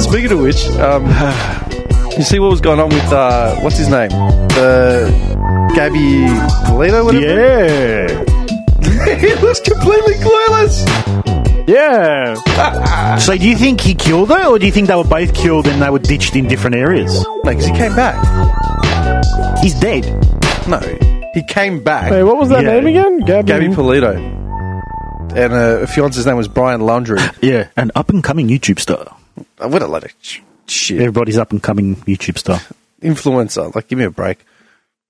Speaking of which, um, you see what was going on with uh, what's his name, the Gabby Polito, whatever. Yeah. he was completely clueless. Yeah. so do you think he killed her, or do you think they were both killed and they were ditched in different areas? Because he came back. He's dead. No, he came back. Hey, what was that Yeah. name again? Gabby. Gabby Polito, and uh, her fiance's name was Brian Uh, Laundry. Yeah. An up and coming YouTube star. I would have let it. sh- Shit. Everybody's up and coming YouTube star. influencer. Like, give me a break.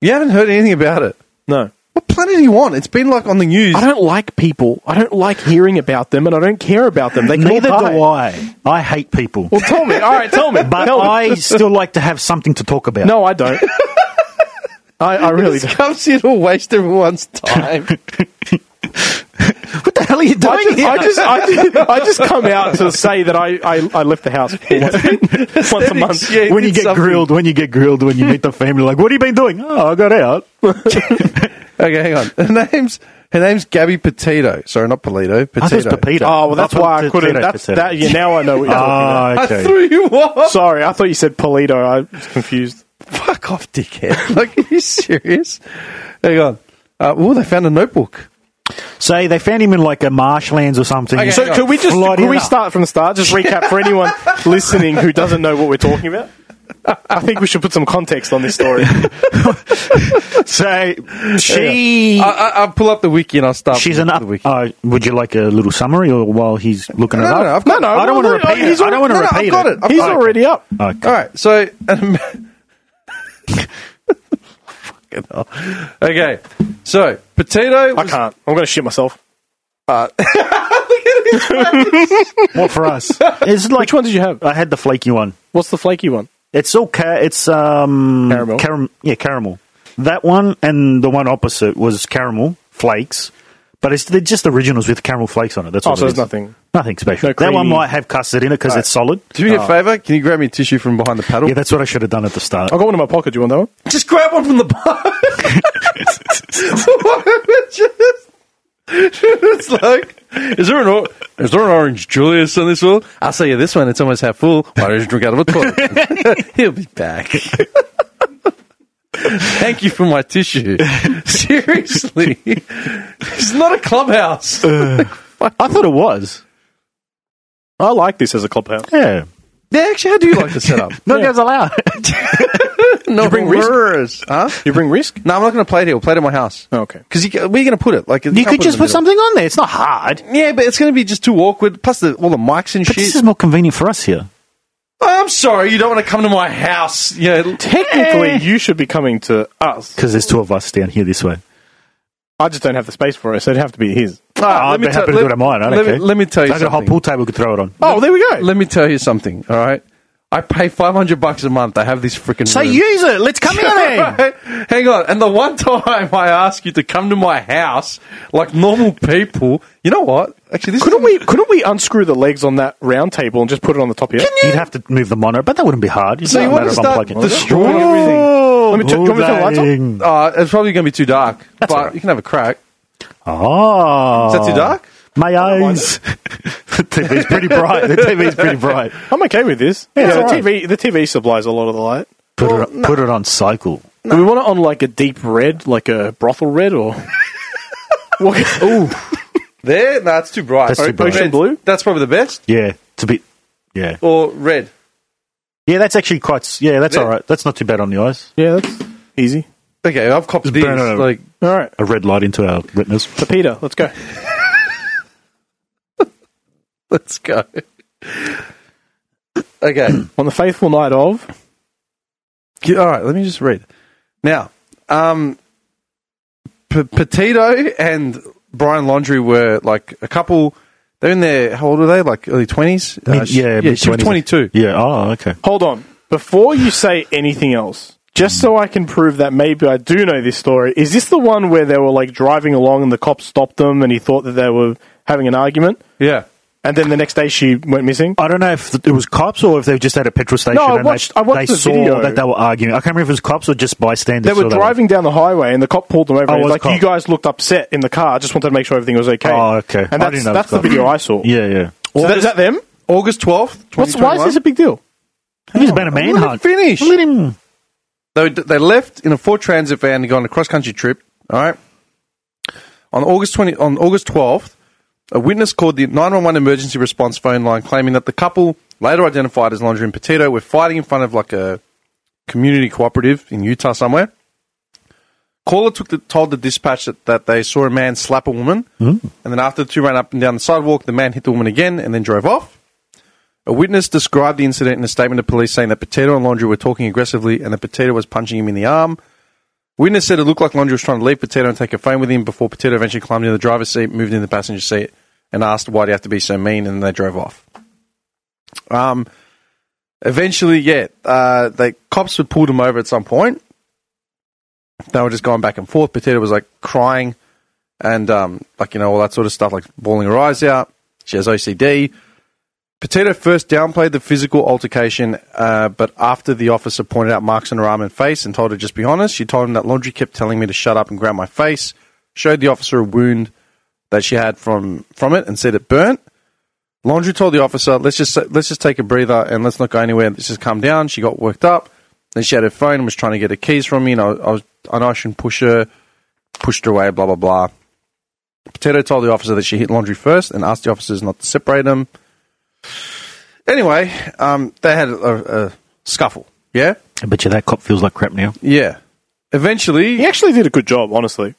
You haven't heard anything about it. no. What planet do you want? It's been like on the news. I don't like people. I don't like hearing about them, and I don't care about them. They can all Neither die. do I. I hate people. Well, tell me. All right, tell me. But tell me. I still like to have something to talk about. No, I don't. I, I really This don't. comes here to waste everyone's time. What the hell are you doing I just, here? I just, I just, I just come out to say that I, I, I left the house once, once a month. Yeah, when you did get something. grilled, when you get grilled, when you meet the family, like, what have you been doing? Oh, I got out. Okay, hang on. Her name's her name's Gabby Petito. Sorry, not Polito. Petito. I thought it was Pepito. Oh well, that's thought why I it- couldn't. potato, That's potato. that. Yeah, now I know what you're talking about. Ah, I okay. threw you off. Uh, Sorry, I thought you said Polito. I was confused. Fuck off, dickhead. Like, are you serious? Hang on. Uh, oh, they found a notebook. Say they found him in like a marshlands or something. Okay. So, could we just Bloody could we hell. start from the start? Just recap for anyone listening who doesn't know what we're talking about. I think we should put some context on this story. So she. I, I, I'll pull up the wiki and I'll start. She's with an up. The wiki. Uh, would you like a little summary, or while he's looking no, it no, up? no, I've got No, no, I don't want no, to repeat he's it. I don't want to no, no, I've repeat got it. I've He's got it. already up. Okay. All right, so. Um, fucking hell. Okay, so Potato. I was- can't. I'm going to shit myself. What for us? It's like Which one did you have? I had the flaky one. What's the flaky one? It's all ca- it's um Caramel. caram- yeah, caramel. That one and the one opposite was caramel flakes, but it's they're just originals with caramel flakes on it. That's Oh, all. so it there's is. nothing. Nothing special. No that one creamy- might have custard in it because it's solid. Do me a favor. Can you grab me a tissue from behind the paddle? Yeah, that's what I should have done at the start. I got one in my pocket. Do you want that one? Just grab one from the bar. Just- it's like, is there an or- is there an orange Julius on this wall? I'll sell you this one. It's almost half full. Why don't you drink out of a toilet? He'll be back. Thank you for my tissue. Seriously, it's not a clubhouse. I thought it was. I like this as a clubhouse. Yeah. Yeah, actually, how do you like the setup? No guys allowed. no bring risk? worries, huh? You bring risk? No, I'm not going to play it here. We'll play it at my house. Oh, okay. Because where are you going to put it? Like you can't could it just in the middle. put something on there. It's not hard. Yeah, but it's going to be just too awkward. Plus, the, all the mics and But shit. this is more convenient for us here. I'm sorry, you don't want to come to my house. Eh. Yeah, Technically, you should be coming to us. Because there's two of us down here this way. I just don't have the space for it, so it'd have to be his. Ah, I'd be happy to do it at mine. I don't let, me- care. let me tell you If I got a whole something. pool table, we could throw it on. Oh, there we go. Let me tell you something. All right, I pay 500 bucks a month. I have this freaking. So use it. Let's come here then. Hang on. And the one time I ask you to come to my house, like normal people, you know what? Actually, this couldn't is- we? Couldn't we unscrew the legs on that round table and just put it on the top here? You'd have to move the monitor, but that wouldn't be hard. It's So you want not a matter to of start unplugging. destroying everything? Let me check- Oh, can we turn the lights on? lighting. Uh, it's probably going to be too dark, but all right. you can have a crack. Oh. Is that too dark? My eyes. the TV's pretty bright. The TV's pretty bright. I'm okay with this. Yeah, Yeah, the it's all TV the TV supplies a lot of the light. Put, it, on- put it on cycle. Do we want it on like a deep red, like a brothel red, or what? Ooh, There, no, it's too bright. That's too bright. Red. blue? That's probably the best. Yeah, it's a bit. Yeah. Or red. Yeah, that's actually quite. s- Yeah, that's Yeah. all right. That's not too bad on the eyes. yeah, that's easy. Okay, I've copped these. better. Like, All right, A red light into our retinas. so Peter, let's go. let's go. okay. On the faithful night of, Yeah, All right, let me just read. Now, um, P- Petito and Brian Laundry were like a couple. They're in their, how old are they? Like early 20s? Uh, Mid- she- yeah, yeah she was mid-twenties. 22. Yeah. Oh, okay. hold on, before you say anything else, just so I can prove that maybe I do know this story, is this the one where they were like driving along and the cops stopped them and he thought that they were having an argument Yeah. And then the next day she went missing. I don't know if it was cops or if they just at a petrol station I and watched- they, I watched they the saw video. that they were arguing. I can't remember if it was cops or just bystanders. They were saw that driving down the highway, and the cop pulled them over. Oh, and it he's was like, cop. "You guys looked upset in the car. I just wanted to make sure everything was okay." Oh, okay. I And that's, didn't know it was that's the cop. video I saw. one. Yeah, yeah. So that, August- is that them? August 12th, What's, why is this a big deal? He's been a Let me manhunt. finish. Let him. They, they left in a Ford Transit van to go on a cross country trip. All right. On August twenty on August twelfth, a witness called the nine one one emergency response phone line, claiming that the couple, later identified as Laundry and Petito, were fighting in front of like a community cooperative in Utah somewhere. Caller took the, told the dispatch that, that they saw a man slap a woman, and then after the two ran up and down the sidewalk, the man hit the woman again and then drove off. A witness described the incident in a statement to police saying that Potato and Laundry were talking aggressively and that Potato was punching him in the arm. Witness said it looked like Laundry was trying to leave Potato and take her phone with him before Potato eventually climbed into the driver's seat, moved into the passenger seat, and asked why do you have to be so mean, and then they drove off. Um, eventually, yeah, uh, the cops would pull them over at some point. They were just going back and forth. Potato was like crying and um, like, you know, all that sort of stuff, like bawling her eyes out. She has OCD. Potato first downplayed the physical altercation, uh, but after the officer pointed out marks on her arm and face and told her just be honest, she told him that laundry kept telling me to shut up and grab my face. Showed the officer a wound that she had from from it and said it burnt. Laundry told the officer, "Let's just let's just take a breather and let's not go anywhere. Let's just calm down." She got worked up. Then she had her phone and was trying to get her keys from me, and I, I was I know I shouldn't push her, pushed her away. Blah blah blah. Potato told the officer that she hit laundry first and asked the officers not to separate them. Anyway, um, they had a, a scuffle. Yeah, I bet you that cop feels like crap now. yeah. Eventually, Oh, He actually did a good job, honestly,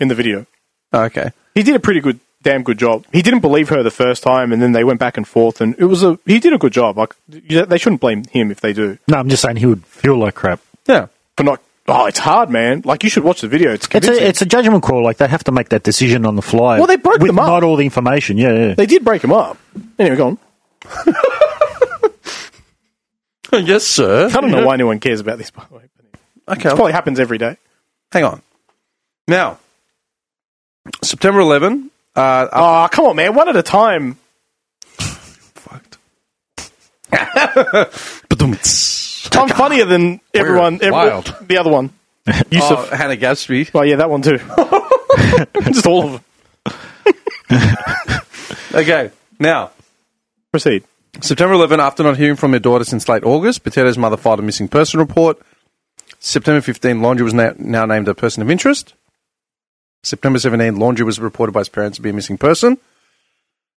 in the video. okay. He did a pretty good, damn good job. He didn't believe her the first time, and then they went back and forth, and it was a. He did a good job. Like you- they shouldn't blame him if they do No, I'm just saying he would feel like crap. Yeah, for not. Oh, it's hard, man. Like you should watch the video. It's It's convincing. a, it's a judgment call. Like they have to make that decision on the fly. Well, they broke with them up. Not all the information. Yeah, yeah. they did break him up. Anyway, go on. yes, sir. I don't know why anyone cares about this. By the way, Okay, it probably happens every day. hang on. Now, September 11. Uh, I Ah, come on, man. One at a time. fucked. Ba-dum-ts. I'm funnier than everyone. every- Wild. The other one. Yusuf. oh, Hannah Gadsby. Well, yeah, that one too. Just all of them. Okay, now Proceed. September 11, after not hearing from her daughter since late August, Potato's mother filed a missing person report. September 15, Laundry was na- now named a person of interest. September 17, Laundry was reported by his parents to be a missing person.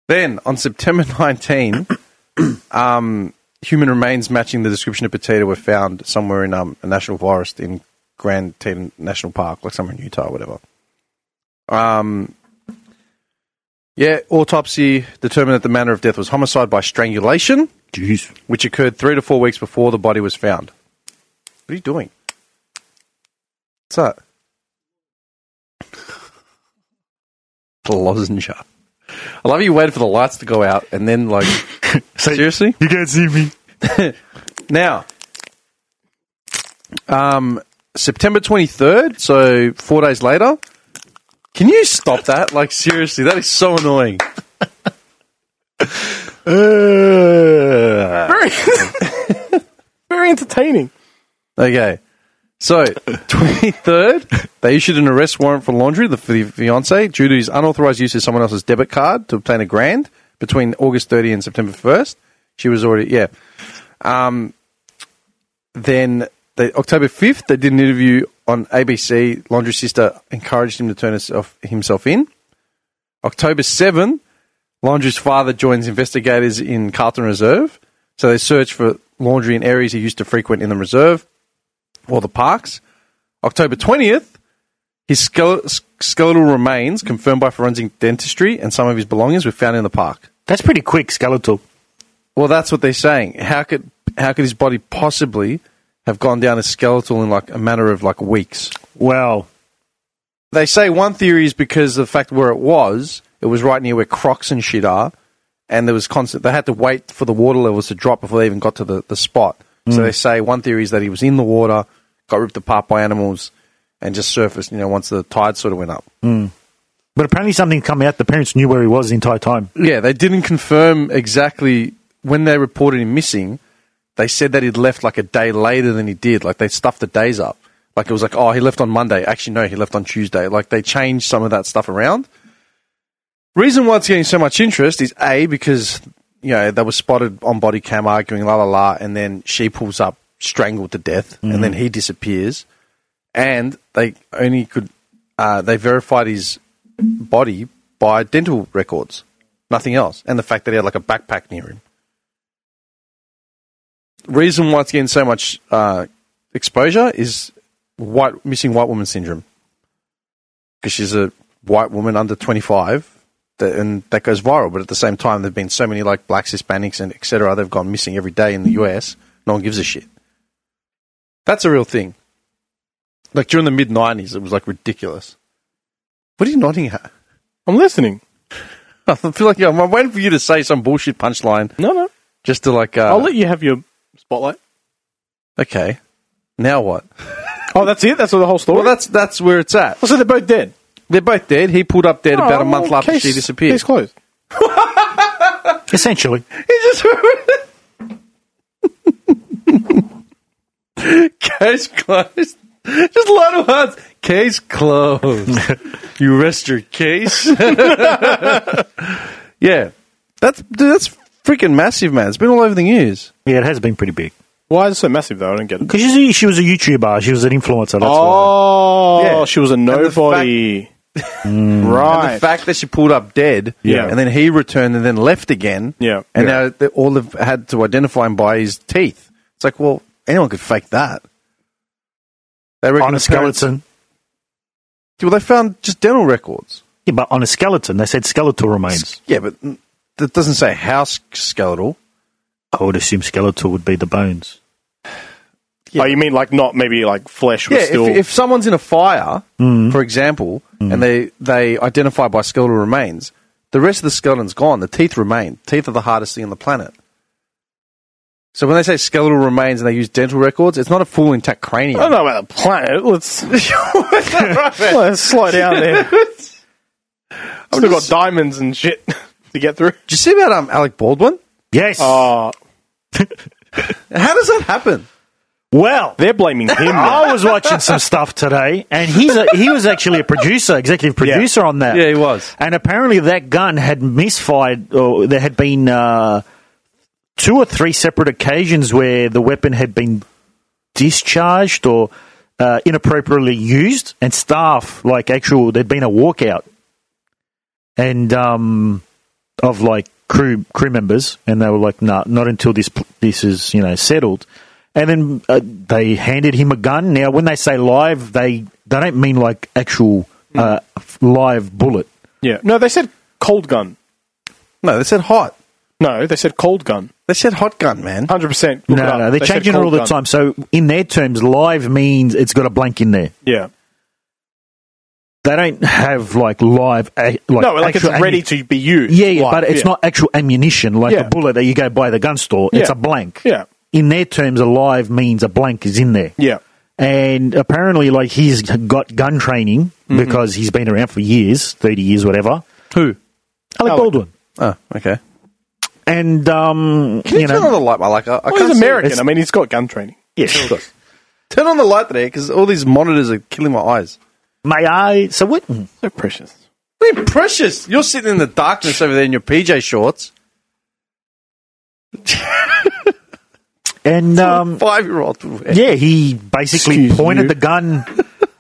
Then, on September 19, um, human remains matching the description of Potato were found somewhere in um, a national forest in Grand Teton National Park, like somewhere in Utah, whatever. Um, yeah, autopsy determined that the manner of death was homicide by strangulation Jeez. which occurred three to four weeks before the body was found. What are you doing? What's that? Lozenge. I love you waited for the lights to go out and then like seriously? You can't see me. Now, um, September 23rd, so four days later. Can you stop that? Like, seriously, that is so annoying. Uh, Very, very entertaining. Okay. So, 23rd, they issued an arrest warrant for Laundry, the, for the fiance, due to his unauthorized use of someone else's debit card to obtain a grand between August 30 and September 1st. She was already, yeah. Um, then, they, October 5th, they did an interview on ABC. Laundry's sister encouraged him to turn herself, himself in. October 7th, Laundry's father joins investigators in Carlton Reserve. So they search for laundry in areas he used to frequent in the reserve or the parks. October 20th, his skele- s- skeletal remains, confirmed by forensic dentistry, and some of his belongings were found in the park. that's pretty quick, skeletal. Well, that's what they're saying. How could how could his body possibly have gone down as skeletal in like a matter of like weeks? Wow. They say one theory is because of the fact where it was, it was right near where crocs and shit are, and there was constant. They had to wait for the water levels to drop before they even got to the, the spot. So they say one theory is that he was in the water, got ripped apart by animals, and just surfaced. You know, once the tide sort of went up. But apparently something come out. The parents knew where he was the entire time. Yeah, they didn't confirm exactly when they reported him missing. They said that he'd left like a day later than he did. Like they stuffed the days up. Like it was like, oh, he left on Monday. Actually, no, he left on Tuesday. Like they changed some of that stuff around. Reason why it's getting so much interest is A, because, you know, they were spotted on body cam arguing la la la, and then she pulls up strangled to death, and then he disappears. And they only could, uh, they verified his body by dental records, nothing else, and the fact that he had like a backpack near him. Reason why it's getting so much uh, exposure is white missing white woman syndrome, because she's a white woman under twenty five, that, and that goes viral. But at the same time, there've been so many like blacks, Hispanics, and etc. They've gone missing every day in the U.S. No one gives a shit. That's a real thing. Like during the mid '90s, it was like ridiculous. What are you nodding at? I'm listening. I feel like I'm waiting for you to say some bullshit punchline No, no. just to like. Uh, I'll let you have your spotlight. okay, now what? Oh, that's it. That's the whole story. Well, that's that's where it's at. so they're both dead. They're both dead. He pulled up dead about a Oh, month well, after case- she disappeared. Case closed. Essentially. He just case closed. Just a lot of words. Case closed. you rest your case. yeah, that's dude, that's freaking massive, man. It's been all over the news. Yeah, it has been pretty big. Why is it so massive though? I don't get it. Because she was a YouTuber. She was an influencer. That's why. Oh, Yeah. she was a the fact- nobody. Mm. right. The fact that she pulled up dead, Yeah. and then he returned and then left again, Yeah. and Yeah. now they all they've had to identify him by his teeth. It's like, well, anyone could fake that. They reckon On the a skeleton. parents- well, they found just dental records. Yeah, but on a skeleton. They said skeletal remains. Yeah, but mm, that doesn't say house skeletal. I would assume skeletal would be the bones. Yeah. Oh, you mean like not maybe like flesh was yeah, still. if, if someone's in a fire, for example, and they they identify by skeletal remains, the rest of the skeleton's gone. The teeth remain. Teeth are the hardest thing on the planet. So when they say skeletal remains and they use dental records, it's not a full intact cranium. I don't know about the planet. Let's, I'm let's slow down there. Still got just- diamonds and shit to get through. Did you see about um, Alec Baldwin? Yes. Ah. Oh, How does that happen? well, they're blaming him. now. I was watching some stuff today, and he's a, he was actually a producer, executive producer on that. Yeah, he was. And apparently, that gun had misfired, or there had been uh, two or three separate occasions where the weapon had been discharged or uh, inappropriately used, and staff, like actual, there'd been a walkout, and um, of like crew crew members, and they were like, "Nah, not until this this is you know settled." And then uh, they handed him a gun. Now, when they say live, they they don't mean like actual uh, f- live bullet. yeah. No, they said cold gun. No, they said hot. No, they said cold gun. They said hot gun, man. 100%. Look No, it up. no, they're They said changing it all cold the gun. time. So in their terms, live means it's got a blank in there. Yeah. They don't have like live, a- like No, like it's actual ammu- ready to be used. Yeah, yeah, Like, but it's yeah. not actual ammunition like Yeah. a bullet that you go buy the gun store. It's Yeah. a blank. Yeah. In their terms, a live means a blank is in there. Yeah. And apparently, like he's got gun training Mm-hmm. because he's been around for years, thirty years, whatever. Who? Alec Alec. Baldwin. Oh, okay. And um, Can you, you turn on know, the light, my like? I, I Well, can't he's see it. American. I mean, he's got gun training. yeah. Turn on the light there because all these monitors are killing my eyes. may I? So what? So precious. I mean, precious. You're sitting in the darkness over there in your PJ shorts. And um, Five year old would wear. Yeah, he basically Excuse pointed you. the gun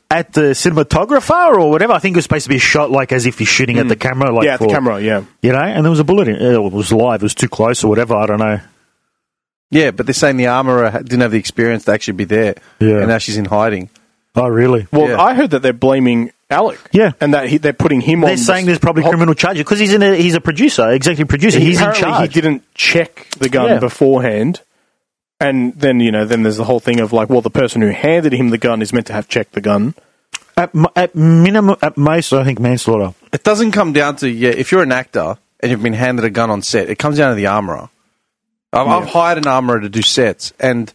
at the cinematographer or whatever. I think it was supposed to be shot like as if he's shooting at the camera, like yeah, at the for- camera. Yeah. you know. And there was a bullet. In, uh, it was live. It was too close or whatever. I don't know. Yeah, but they're saying the armorer ha- didn't have the experience to actually be there. Yeah. And now she's in hiding. Oh, really? Well, Yeah. I heard that they're blaming Alec. Yeah. And that he, they're putting him on. They're saying there's probably criminal charges because he's in. A, he's a producer, executive producer. He's in apparently charge. He didn't check the gun Yeah. beforehand. And then, you know, then there's the whole thing of like, well, the person who handed him the gun is meant to have checked the gun. At, m- at minimum, at most, I think manslaughter. It doesn't come down to, yeah, if you're an actor and you've been handed a gun on set, it comes down to the armorer. I've, I've hired an armorer to do sets, and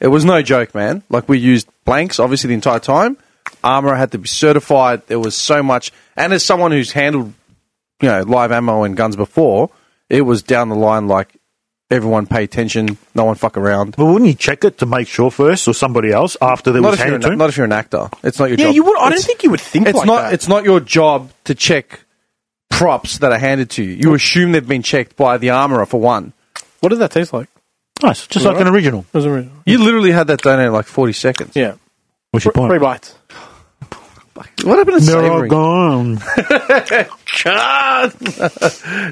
it was no joke, man. Like, we used blanks, obviously, the entire time. armor had to be certified. There was so much, and as someone who's handled, you know, live ammo and guns before, it was down the line like everyone pay attention, no one fuck around. But wouldn't you check it to make sure first, or somebody else after they Not was if, you're handed to an, him? not if you're an actor. It's not your Yeah, job. you would. I don't It's- think you would think it's like not that. it's not your job to check props that are handed to you. You assume they've been checked by the armorer for one. what does that taste like? Nice, just like an original. Doesn't really- You literally had that done in like forty seconds. Yeah, What's your three point? bites. What happened to They're all savory? gone.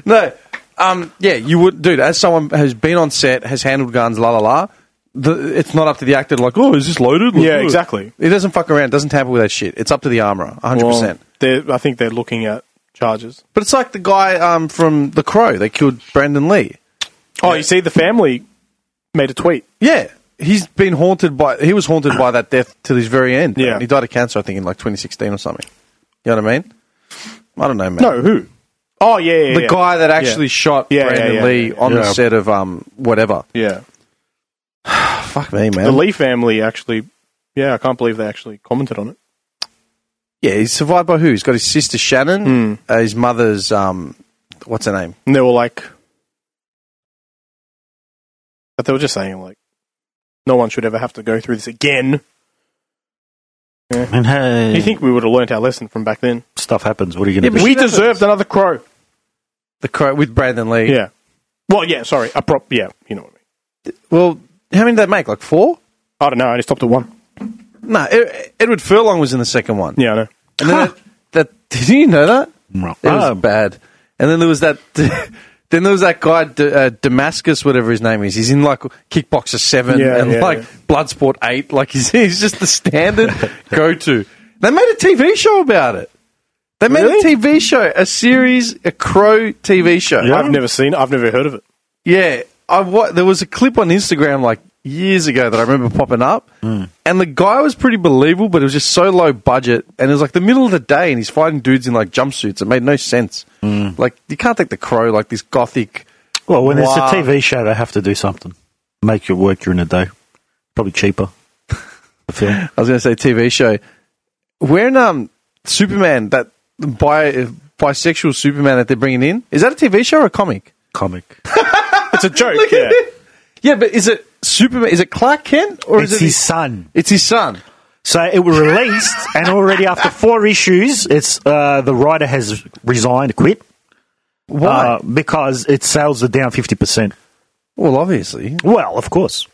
no, um, yeah, you would, dude. As someone who's been on set, has handled guns, la la la. The, it's not up to the actor. Like, oh, is this loaded? Look, Yeah, look." exactly. It doesn't fuck around. Doesn't tamper with that shit. It's up to the armorer, one hundred percent. They're, I think they're looking at charges. But it's like the guy um, from The Crow. They killed Brandon Lee. Oh, you see, the family made a tweet. Yeah, he's been haunted by. He was haunted by that death till his very end. Yeah. And he died of cancer, I think, in like 2016 or something. You know what I mean? I don't know, man. No, who? Oh, yeah, yeah, the yeah. guy that actually Yeah. shot Yeah, yeah, Brandon yeah, Lee yeah, yeah. on the Yeah. set of um whatever. Yeah, Fuck me, Ah, the man. Lee family actually. Yeah, I can't believe they actually commented on it. yeah, he's survived by who? He's got his sister Hmm. Shannon, uh, his mother's um, what's her name? And they were like, but they were just saying like, no one should ever have to go through this again. And hey, You think we would have learnt our lesson from back then? stuff happens? What are you going to Yeah, do? We should have deserved another crow. The Crow with Brandon Lee. Yeah. Well, yeah. Sorry, a prop. Yeah, you know what I mean. Well, how many did that make? Like four? I don't know. I just stopped at one. No, Ed- Edward Furlong was in the second one. Yeah, I know. And then that, that did you know that? No. It was Ah. bad. And then there was that. then there was that guy D- uh, Damascus, whatever his name is. He's in like Kickboxer Seven Yeah, and yeah, like yeah. Bloodsport Eight. Like he's he's just the standard go to. They made a TV show about it. They made Really? a TV show, a series, a Crow TV show. Yeah. I've never seen. I've never heard of it. Yeah, I wa- there was a clip on Instagram like years ago that I remember popping up, Hmm. and the guy was pretty believable, but it was just so low budget, and it was like the middle of the day, and he's fighting dudes in like jumpsuits. It made no sense. Hmm. Like you can't take the crow like this gothic. Ah, Well, when it's a Wow. TV show, they have to do something. Make your work during the day. Probably cheaper. I feel. I was going to say TV show. When um Superman that bi- bisexual Superman that they're bringing in is that a TV show or a comic? Comic. It's a joke. Look yeah. at it. Yeah, but is it Superman? Is it Clark Kent or It's is it his son. It's his son. So it was released, and already after four issues, it's uh, the writer has resigned, quit. Why? Uh, because its sales are down 50%. well, obviously. Well, of course.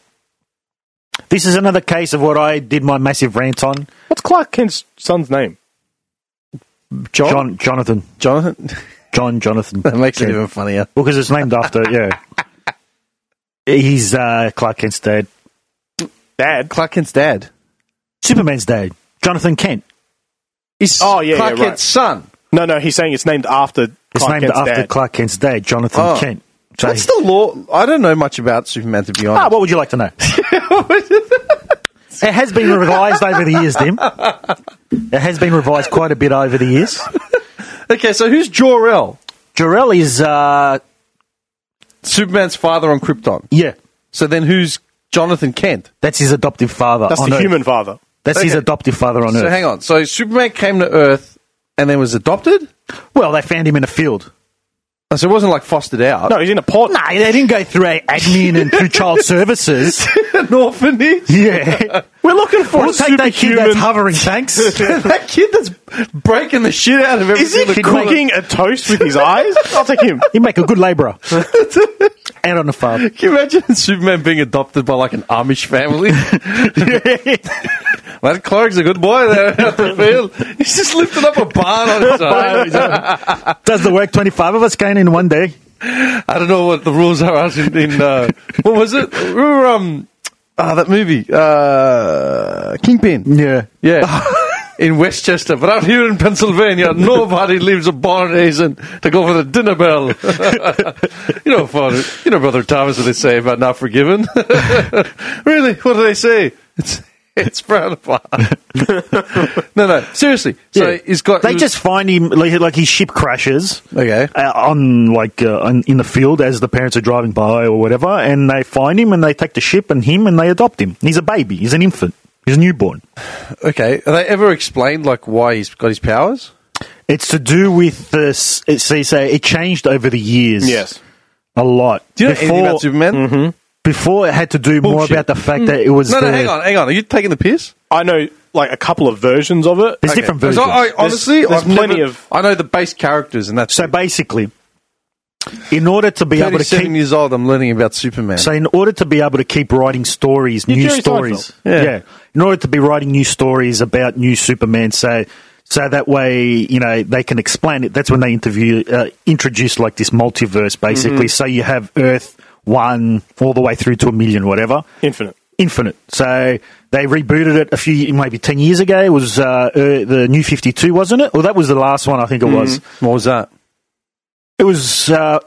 This is another case of what I did my massive rant on. What's Clark Kent's son's name? John? John, Jonathan. Jonathan? John, Jonathan. That makes it Kent. even funnier. Well, because it's named after, yeah. He's uh, Clark Kent's dad. Dad. Clark Kent's dad. Superman's dad. Jonathan Kent. He's Oh, yeah, Clark yeah, right. Kent's son. No, no. He's saying it's named after. It's Clark named Kent's after dad. Clark Kent's dad, Jonathan Oh. Kent. So What's he- the law? I don't know much about Superman, to be Ah, honest. what would you like to know? it has been revised over the years, Dim. It has been revised quite a bit over the years. okay, so who's Jor-El? Jarell is, uh, Superman's father on Krypton. yeah, So then who's Jonathan Kent? that's his adoptive father. That's on the Earth. human father. That's his Okay. adoptive father on So Earth. hang on. So Superman came to Earth and then was adopted? Well, they found him in a field. Oh, So it wasn't like fostered out. No, he's in a pod. Nah, they didn't go through a- admin and through child services. An orphanage? Yeah. We're looking for We'll a take that kid that's superhuman. hovering, thanks. that kid that's breaking the shit out of everything. Is he that comes- cooking a toast with his eyes? I'll take him. He'd make a good labourer. Out on the farm. Can you imagine Superman being adopted by like an Amish family? that Clark's a good boy there at the field. He's just lifting up a barn on his own. Does the work 25 of us can in one day. I don't know what the rules are out in, in uh, what was it? We were um ah that movie uh Kingpin. Yeah. Yeah. In Westchester, but out here in Pennsylvania, nobody leaves a barn isn't to go for the dinner bell. you know, Father, you know, Brother Thomas, what they say about not forgiven. really, what do they say? It's it's frowned upon. no, no, seriously. So Yeah. he's got. They he was- just find him like, like his ship crashes. Okay. Uh, on like uh, on, in the field as the parents are driving by or whatever, and they find him and they take the ship and him and they adopt him. He's a baby. He's an infant. He's a newborn. Okay. Are they ever explained like why he's got his powers? It's to do with this. It's, so you say it changed over the years. Yes. a lot. Do you know anything about Superman? before it had to do more Bullshit. Mm. about the fact that it was. No, the, no, hang on, hang on. Are you taking the piss? I know like a couple of versions of it. Okay. There's oh, different Because versions. I, I, honestly, there's I've never- plenty of- I know the base characters, and that's so basically, in order to be able to Thirty-seven keep, years old. I'm learning about Superman. so in order to be able to keep writing stories, new Jerry stories, Seinfeld. Yeah. in order to be writing new stories about new Superman, so so that way you know they can explain it. That's when they interview uh, introduce like this multiverse, basically. Mm-hmm. So you have Earth one all the way through to a million, whatever. Infinite. Infinite. So they rebooted it a few, maybe 10 years ago. It was uh, uh, the new 52, wasn't it? Well, that was the last one, I think it Mm-hmm. was. what was that? It was uh,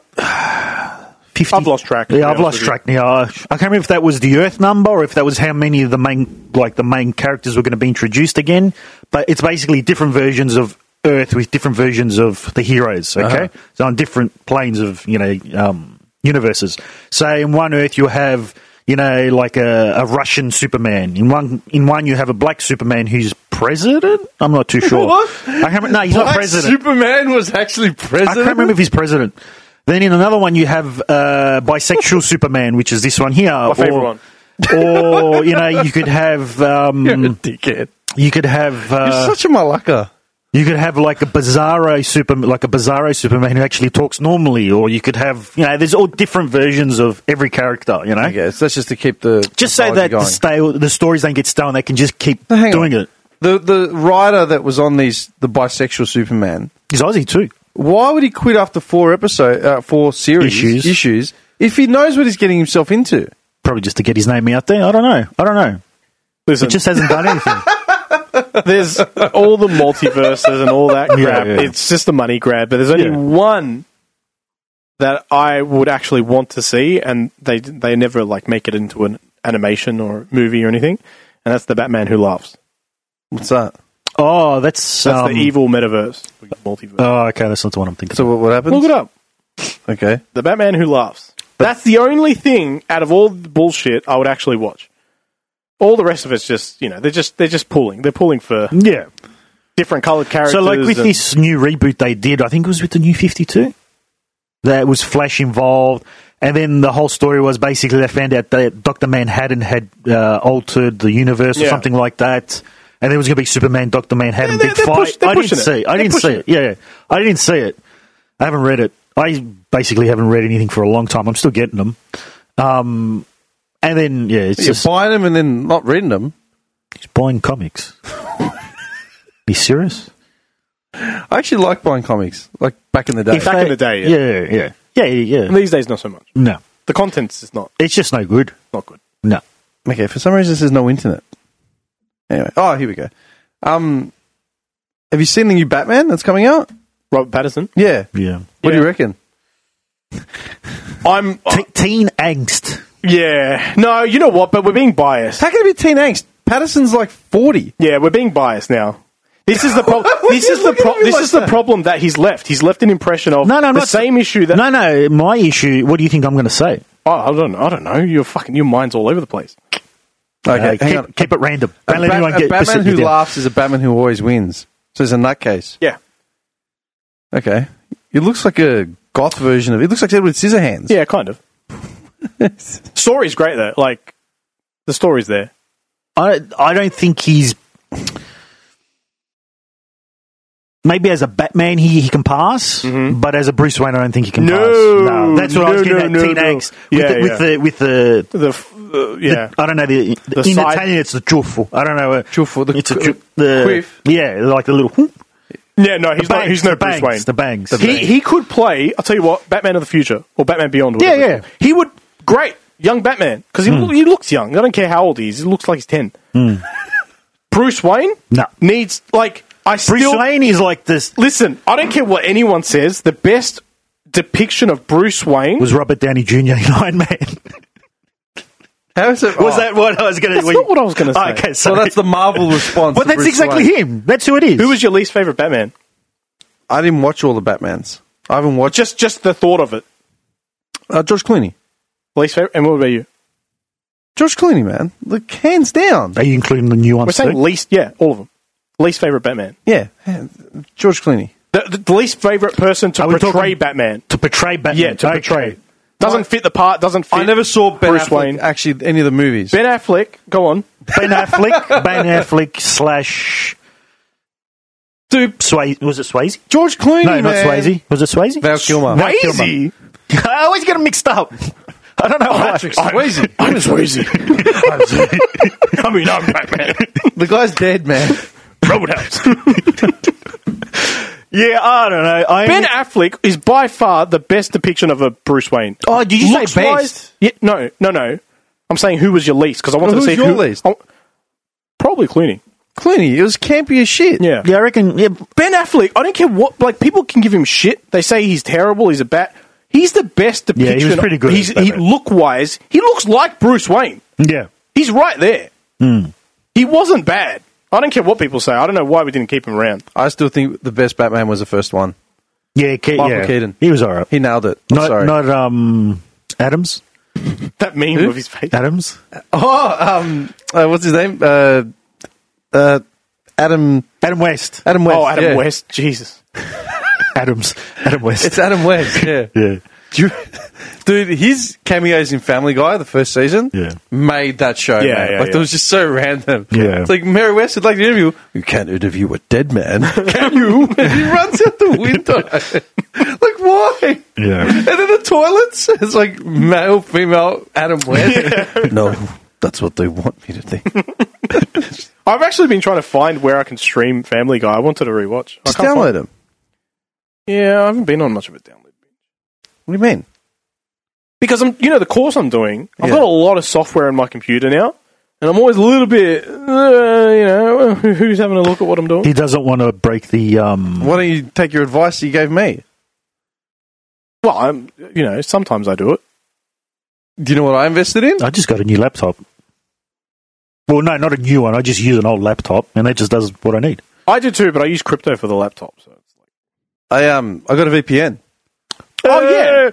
50. I've lost track, to be Yeah, I've honest lost with you. track now. I can't remember if that was the Earth number or if that was how many of the main, like the main characters were going to be introduced again. But it's basically different versions of Earth with different versions of the heroes. Okay, Uh-huh. so on different planes of you know um, universes. So in one Earth you have you know like a, a Russian Superman. In one in one you have a black Superman who's president. I'm not too sure. What? I can't remember, no, he's not Black president. Superman was actually I president. can't remember if he's president. Then in another one, you have uh, bisexual Superman, which is this one here. My favourite one. or you know, you could have You're a um, dickhead. you could have You're uh, such a malaka. you could have like a bizarro super like a bizarro Superman who actually talks normally, or you could have you know, there's all different versions of every character. You know, Okay, so that's just to keep the just so mythology that the, going. stale, the stories don't get stale, and they can just keep No, hang doing on. it. the the writer that was on these the bisexual Superman. He's Aussie too. Why would he quit after four episode uh, four series Issues. if he knows what he's getting himself into? Probably just to get his name out there. I don't know. I don't know. Listen, It just hasn't done anything. there's all the multiverses and all that crap. yeah. It's just a money grab, but there's only Yeah. one that I would actually want to see, and they they never like make it into an animation or movie or anything, and that's the Batman Who Laughs. What's that? oh, that's That's um, the evil metaverse multiverse. Oh, okay, that's not the one I'm thinking. So what, what happens? Look it up. Okay, The Batman Who Laughs. That's the only thing out of all the bullshit I would actually watch. All the rest of it's just you know they're just they're just pulling they're pulling for yeah. different colored characters. So, like with and- this new reboot they did, I think it was with the new 52, that was Flash involved. And then the whole story was basically they found out that Dr. Manhattan had uh, altered the universe or Yeah. something like that. And there was going to be Superman, Dr. Manhattan, Yeah, they're- big they're fight. push- they're I didn't pushing it. see I They're didn't see pushing it. Yeah, yeah. I didn't see it. I haven't read it. I basically haven't read anything for a long time. I'm still getting them. Um, and then, yeah, it's you just buying them and then not reading them. he's buying comics. Be serious? I actually like buying comics, like back in the day. If Back in the day, yeah. Uh, yeah, yeah, yeah, yeah, yeah. these days not so much. No, The contents is not it's just no good. not good. No, okay, for some reason there's no internet. Anyway, oh here we go. Um, have you seen the new Batman that's coming out? Robert Patterson. Yeah. yeah. What do you Yeah. reckon? I'm uh, Te- teen angst. yeah. No, you know what? But we're being biased. How can it be teen angst? Patterson's like forty. Yeah, we're being biased now. This is the problem. Why this you is the looking at pro- me this like is the that? problem that he's left. He's left an impression of No, no, I'm the not- same issue that No, no. My issue. What do you think I'm going to say? oh, I don't know. I don't know. Your fucking your mind's all over the place. Okay, Uh, keep, keep it random. Don't a let Bat- anyone a get Batman beside you who down. laughs is a Batman who always wins. So it's in that case. Yeah. Okay. It looks like a goth version of it. looks like Edward Scissorhands. Yeah, kind of. Story's great though. Like the story's there. I I don't think he's. Maybe as a Batman he, he can pass, but as a Bruce Wayne I don't think he can Mm-hmm. No. pass. that's what I was No, getting no, at. no, teen no. angst with, Yeah, the, with yeah. the with the The f- uh, yeah. I don't know the, The in side- Italian it's the chuffo. I don't know. uh, Chuffo, the it's a qu- ju- the quiff. Yeah, like the little. whoop. yeah, no, he's not he's no the Bruce bangs, Wayne. The bangs. He, he could play. I'll tell you what, Batman of the future or Batman Beyond. whatever Yeah, it's yeah. Hmm. called. He would great young Batman because he, loo- he looks young. I don't care how old he is. He looks like he's ten. Bruce Wayne No. needs like I Bruce still Wayne is like this. listen. I don't care what anyone says. The best depiction of Bruce Wayne Was Robert Downey Jr. in Iron Man? How is it? was oh. that what I was going to? That's not what I was gonna say. Ah, Okay, Well, so Well, that's the Marvel response. But to that's Bruce exactly Wayne. him. That's who it is. Who was your least favorite Batman? I didn't watch all the Batmans. I haven't watched Just just the thought of it. uh, George Clooney. Least favorite. And what about you? George Clooney, man, like hands down. Are you including the new We're ones saying too? least, yeah, all of them. Least favorite Batman. Yeah, George Clooney. The, the, the least favorite person to Are we portray talking- Batman. To portray Batman. Yeah, to Okay. portray. Doesn't fit the part. Doesn't fit. I never saw Ben Bruce Affleck Wayne. actually any of the movies. Ben Affleck. Go on. Ben Affleck. Ben Affleck slash. Dude, Sway- was it Swayze? George Clooney, No, man. not Swayze. Was it Swayze? Val Kilmer. Val Kilmer. I always get them mixed up. I don't know why. Patrick Swayze. I'm Swayze. I mean, I'm Batman. The guy's dead, man. Roadhouse. yeah, I don't know. I Ben Affleck is by far the best depiction of a Bruce Wayne. oh, did you say Looks-wise- best? Yeah, no, no, no. I'm saying who was your least because I wanted Well, to who's see your who, least? I- probably Clooney. Clooney. It was campy as shit. Yeah, I reckon. Yeah, Ben Affleck. I don't care what. Like people can give him shit. They say he's terrible. He's a bat. He's the best he was depiction. pretty good He's, as Batman. he look wise. He looks like Bruce Wayne. yeah. He's right there. Hmm. He wasn't bad. I don't care what people say. I don't know why we didn't keep him around. I still think the best Batman was the first one. Yeah, Ke- Michael yeah. Keaton. He was all right. He nailed it. I'm not, sorry. not um, Adams. That meme of his face. Adams. Oh, um, uh, what's his name? Uh, uh, Adam Adam West. Adam West. oh, Adam yeah. West. Jesus. Adams. Adam West. It's Adam West. Yeah. yeah. Do you- Dude, his cameos in Family Guy, the first season, Yeah. made that show. Yeah, man. yeah, like yeah. it was just so random. Yeah. it's like Mary West would like to interview. You can't interview a dead man, can you? and he runs out the window. like why? Yeah. And then the toilets. It's like male, female, Adam West. no, that's what they want me to think. I've actually been trying to find where I can stream Family Guy. I wanted to rewatch. I Just can't download them. Find, yeah, I haven't been on much of a download. What do you mean? because I'm, you know, the course I'm doing, I've Yeah. got a lot of software in my computer now, and I'm always a little bit, uh, you know, who- who's having a look at what I'm doing? He doesn't want to break the. um Why don't you take your advice you gave me? Well, I'm, you know, sometimes I do it. Do you know what I invested in? I just got a new laptop. Well, no, not a new one. I just use an old laptop, and that just does what I need. I do too, but I use crypto for the laptop. So. it's like- I um I got a VPN. Oh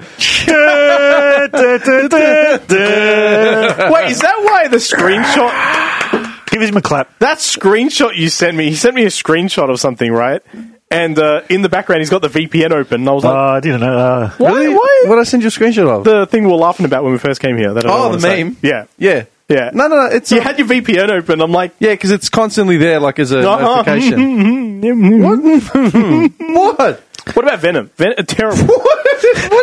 yeah. Uh, yeah! Wait, is that why the screenshot? Give him a clap. That screenshot you sent me, he sent me a screenshot of something, right? And uh, in the background, he's got the VPN open, and I was Uh, like, I didn't know. Uh, why, why? What I send you a screenshot of? The thing we were laughing about when we first came here. That I don't Oh, wanna the say. meme? Yeah. yeah, Yeah. No, no, no. It's So you uh, had your VPN open. I'm like, yeah, because it's constantly there, like as a Uh-huh. notification. what? what? What about Venom? Ven- uh, terrible. What?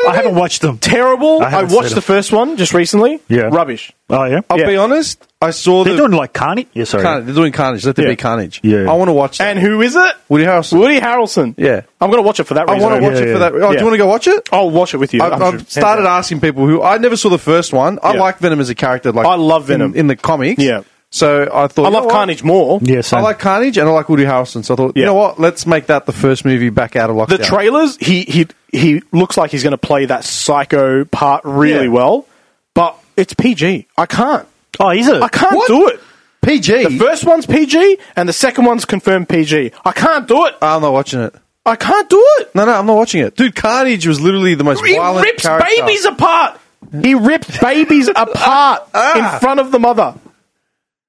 I haven't watched them. terrible. I I, haven't watched seen the it. first one just recently. Yeah. Rubbish. Oh yeah, I'll Yeah. be honest. I saw they're the doing like Carney. Yeah, sorry. Carnage. They're doing Carnage. Let there Yeah. be Carnage. Yeah. I want to watch that. And who is it? Woody Harrelson. Woody Harrelson. Yeah. I'm going to watch it for that I reason. want to watch Yeah, it yeah. for that. Oh, Do Yeah. you want to go watch it? I'll watch it with you. I, I've started asking people who I never saw the first one. I Yeah. like Venom as a character. Like I love in- Venom. in, the comics. Yeah. So I thought I you know love what? Carnage more. Yeah, same. I like Carnage and I like Woody Harrelson. So I thought, you Yeah. know what? Let's make that the first movie back out of lockdown. The trailers, he he he looks like he's going to play that psycho part really Yeah. well, but it's PG. I can't. oh, is it? I can't What? do it. PG. The first one's PG and the second one's confirmed PG. I can't do it. Ah, I'm not watching it. I can't do it. No, no, I'm not watching it. Dude, Carnage was literally the most He violent rips character. babies apart. He rips babies apart in front of the mother.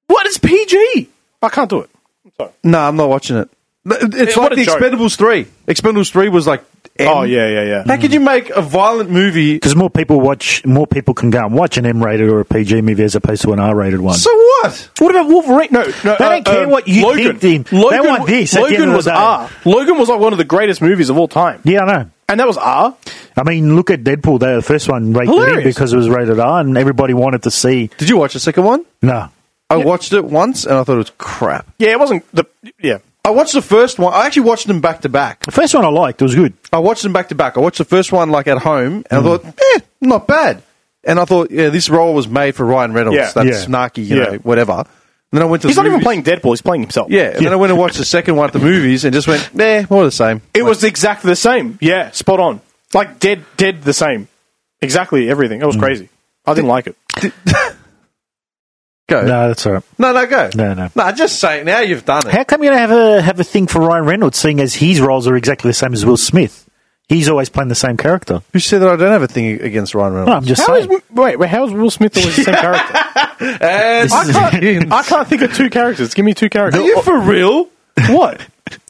What is PG? I can't do it. I'm sorry. No, I'm not watching it. It's what like a the joke. Expendables three. Expendables three was like, M. Oh yeah, yeah, yeah. How could you make a violent movie? Because more people watch, more people can go and watch an M-rated or a PG movie as opposed to an R-rated one. So what? What about Wolverine? No, no. They don't care what you think, Dean. They want this at the Logan end of the was day. R. Logan was like one of the greatest movies of all time, yeah, I know. and that was R. I mean, look at Deadpool. They the first one rated Hilarious. E because it was rated R, and everybody wanted to see. Did you watch the second one? No, I watched it once and I thought it was crap. Yeah, it wasn't the yeah. I watched the first one. I actually watched them back to back. the first one I liked. It was good. I watched them back to back. I watched the first one like at home, Mm. and I thought, eh, not bad. And I thought, yeah, this role was made for Ryan Reynolds. Yeah. That's Yeah. snarky, you Yeah. know, whatever. And then I went to He's the not even movies- playing Deadpool. He's playing himself. Yeah, and then I went and watched the second one at the movies and just went, eh, more of the same. it was exactly the same. Yeah, spot on. Like dead, dead the same. Exactly everything. It was crazy. I didn't like it. Uh, Go. No, No, that's all right. no, go. No, no. No, just say it. Now you've done it. How come you don't have a have a thing for Ryan Reynolds, seeing as his roles are exactly the same as Will Smith? He's always playing the same character. Who said that I don't have a thing against Ryan No, Reynolds? I'm just How is saying. wait, wait, how is Will Smith always the same character? And- I can't, I can't think of two characters. Give me two characters. Are you for real? what?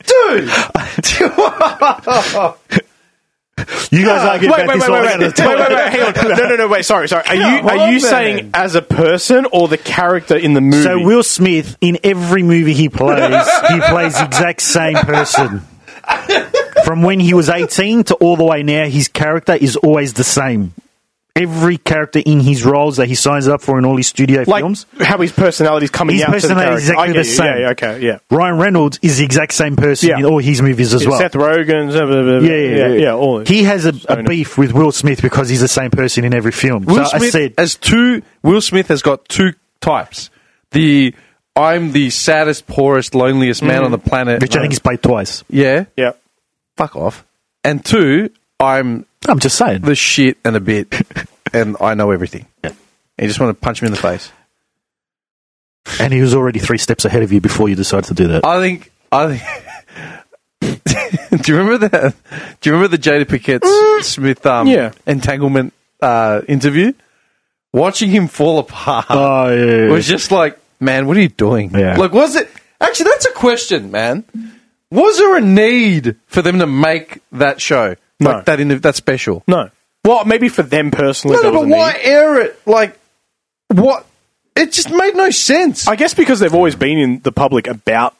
Dude! You guys Wait, argue wait, about wait, this wait, all wait, wait, the time. wait, wait, hang on. No, no, no, wait, sorry, sorry. Are you Come are you on, saying man. as a person or the character in the movie? So Will Smith, in every movie he plays, he plays the exact same person. From when he was 18 to all the way now, his character is always the same. Every character in his roles that he signs up for in all his studio like films, how his personality's coming His out to the personality is character. exactly I get the you. Yeah, yeah, okay, yeah. Ryan Reynolds is the exact same person Yeah. in all his movies as well. Seth Rogen, blah, blah, blah, blah. yeah, yeah, yeah, yeah, all this. he has a, a Sony. beef with Will Smith because he's the same person in every film. Will so Smith I said, has two. Will Smith has got two types. The I'm the saddest, poorest, loneliest Mm. man on the planet. Uh, which I think he's played twice. yeah, yeah. fuck off. And two, I'm I'm just saying. the shit and a bit, and I know everything. Yeah. And you just want to punch him in the face. And he was already three steps ahead of you before you decided to do that. I think. I think. do you remember that? Do you remember the Jada Pickett Smith um, Yeah. entanglement uh, interview? Watching him fall apart. Oh, yeah, yeah, It yeah. was just like, man, what are you doing? Yeah. Like, was it actually? That's a question, man. Was there a need for them to make that show No. like that? In that special? No. Well, maybe for them personally. No, there no, but was a why need. air it? Like, what? It just made no sense. I guess because they've always been in the public about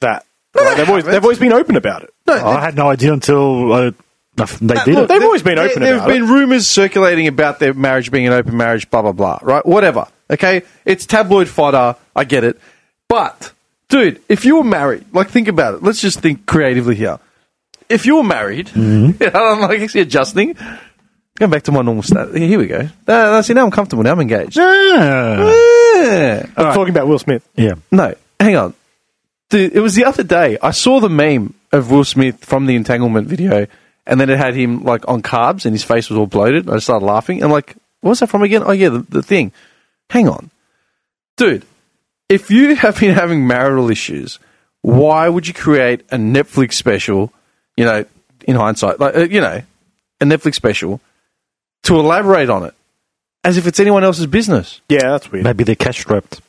that. Like, they've always they've always been open about it. Oh, I had no idea until uh, they did Look, it. they've always been open There have about been it. rumors circulating about their marriage being an open marriage, blah blah blah. Right? Whatever. Okay, it's tabloid fodder. I get it, but dude, if you were married, like think about it. Let's just think creatively here. If you were married, Mm-hmm. I'm like actually adjusting. Going back to my normal stat. Here we go. Uh, see, now I'm comfortable. Now I'm engaged. Ah. Yeah. I'm talking about Will Smith. Yeah. No, hang on. Dude, it was the other day. I saw the meme of Will Smith from the entanglement video, and then it had him like on carbs, and his face was all bloated. I started laughing. I'm like, what was that from again? Oh yeah, the, the thing. Hang on, dude. If you have been having marital issues, why would you create a Netflix special? You know, in hindsight, like uh, you know, a Netflix special to elaborate on it, as if it's anyone else's business. Yeah, that's weird. Maybe they're cash strapped.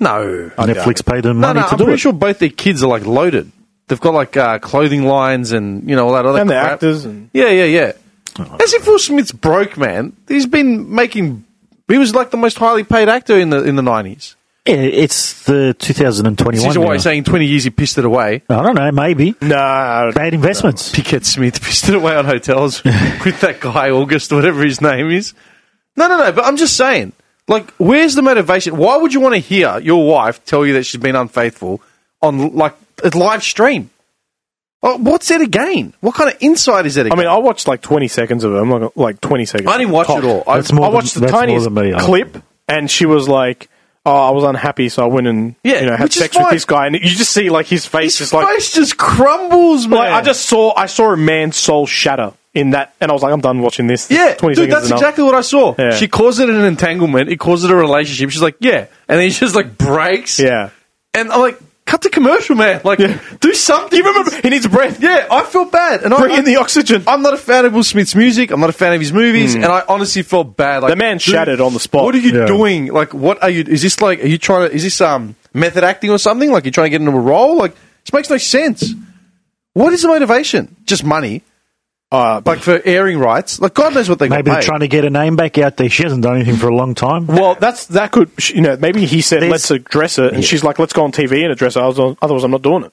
No, Netflix paid them No, money no, to I'm do pretty it. sure both their kids are like loaded. They've got like uh, clothing lines and you know all that other and the crap. actors and Yeah, yeah, yeah. Oh, As if Will Smith's broke, man. He's been making. He was like the most highly paid actor in the in the nineties. Yeah, it's the 2021. This is why era. he's saying twenty years he pissed it away. I don't know, maybe. Nah, Bad investments. Pickett Smith pissed it away on hotels with that guy August, whatever his name is. No, no, no. But I'm just saying, like, where's the motivation? Why would you want to hear your wife tell you that she's been unfaithful on like a live stream? Oh, what's that again? What kind of insight is that? I Again? mean, I watched like 20 seconds of it. I'm like, like 20 seconds. I didn't watch Tops. it all. I, That's more I than- watched the that's more tiniest than me, I- clip, and she was like, "Oh, I was unhappy, so I went and Yeah, you know had which is sex with fine. this guy." And you just see like his face his is like, face just crumbles, man. like I just saw I saw a man's soul shatter in that, and I was like, "I'm done watching this." Yeah, 20 dude, seconds that's is enough. exactly what I saw. Yeah. She calls it an entanglement. It calls it a relationship. She's like, yeah, and then she just like breaks. Yeah, And I'm like, cut the commercial, man. Like, Yeah. do something. You remember, he needs breath. Yeah, I feel bad. And bring I, in the oxygen. I'm not a fan of Will Smith's music. I'm not a fan of his movies. And I honestly felt bad. Like, Hmm. The man dude, shattered on the spot. What are you Yeah. doing? Like, what are you? Is this like, are you trying to, is this um method acting or something? Like, you're trying to get into a role? Like, this makes no sense. What is the motivation? Just money. Uh, Like, for airing rights. Like, God knows what they Maybe got they're paid. trying to get a name back out there. She hasn't done anything for a long time. well, that's that could you know maybe he said There's- let's address it, and she's like let's go on TV and address it. I was on, otherwise I'm not doing it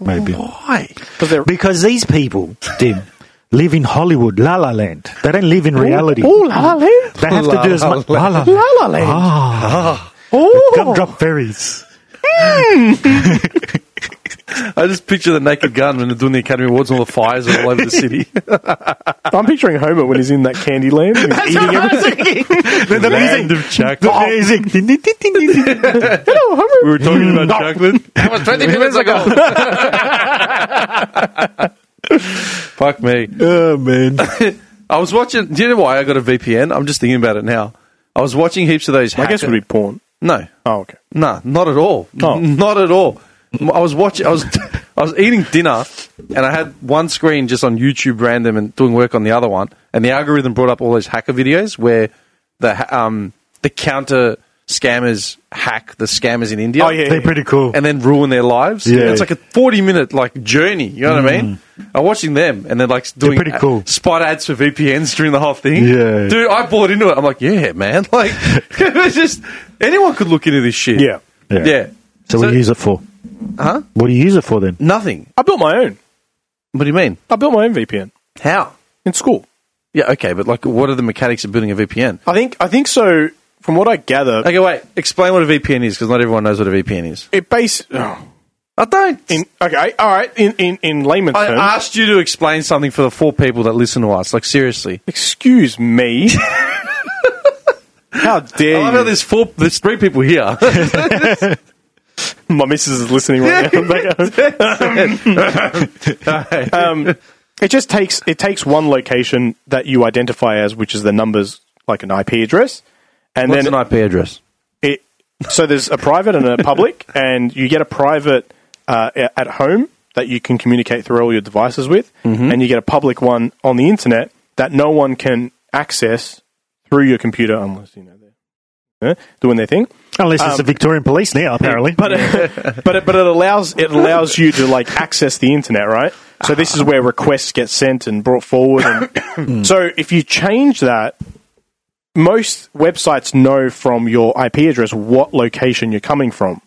Maybe. Why? because they're Because these people, Dim, live in Hollywood, La La Land. They don't live in reality. Oh, la la land. They have La to do as La much. La La La Land. La Land. Oh. Gumdrop fairies. I just picture the naked gun when they're doing the Academy Awards and all the fires all over the city. I'm picturing Homer when he's in that candy land. and he's eating everything. the, the Land music. of chocolate. The music. Hello, Homer. We were talking about chocolate. That was 20 minutes ago. Fuck me. oh, man. I was watching. Do you know why I got a VPN? I'm just thinking about it now. I was watching heaps of those. I guess it hacker- would be porn. no, Oh, okay. no, not at all. Oh. Not at all. I was watching. I was, I was eating dinner, and I had one screen just on YouTube random and doing work on the other one, and the algorithm brought up all those hacker videos where the ha- um, the counter scammers hack the scammers in India. Oh, yeah. They're pretty cool. And then ruin their lives. Yeah. Mm. It's like a forty minute like journey. You know what I mean? I'm watching them and they're like doing uh, pretty cool. spot ads for VPNs during the whole thing. Yeah. Dude, I bought into it. I'm like, yeah, man. Like it was just anyone could look into this shit. Yeah. Yeah. So, what do you use it for? Huh? What do you use it for then? Nothing. I built my own. What do you mean? I built my own VPN How? in school. Yeah, okay, but like, what are the mechanics of building a VPN? I think. I think so. From what I gather, Okay, wait. Explain what a VPN is, because not everyone knows what a VPN is. it base. Oh, I don't. in, okay, all right. In in, in layman's I terms, asked you to explain something for the four people that listen to us. Like, seriously. excuse me. I How dare love you? how there's four, there's three people here. My missus is listening right now. uh, um, it just takes it takes one location that you identify as, which is the numbers, like an IP address, and What's then an IP address? it. So there's a private and a public, and you get a private uh, a- at home that you can communicate through all your devices with, and you get a public one on the internet that no one can access through your computer unless you know they're uh, doing their thing. Unless it's the Victorian police now, apparently. But but it, but it allows it allows you to like access the internet, right? So this is where requests get sent and brought forward. And so if you change that, most websites know from your IP address what location you're coming from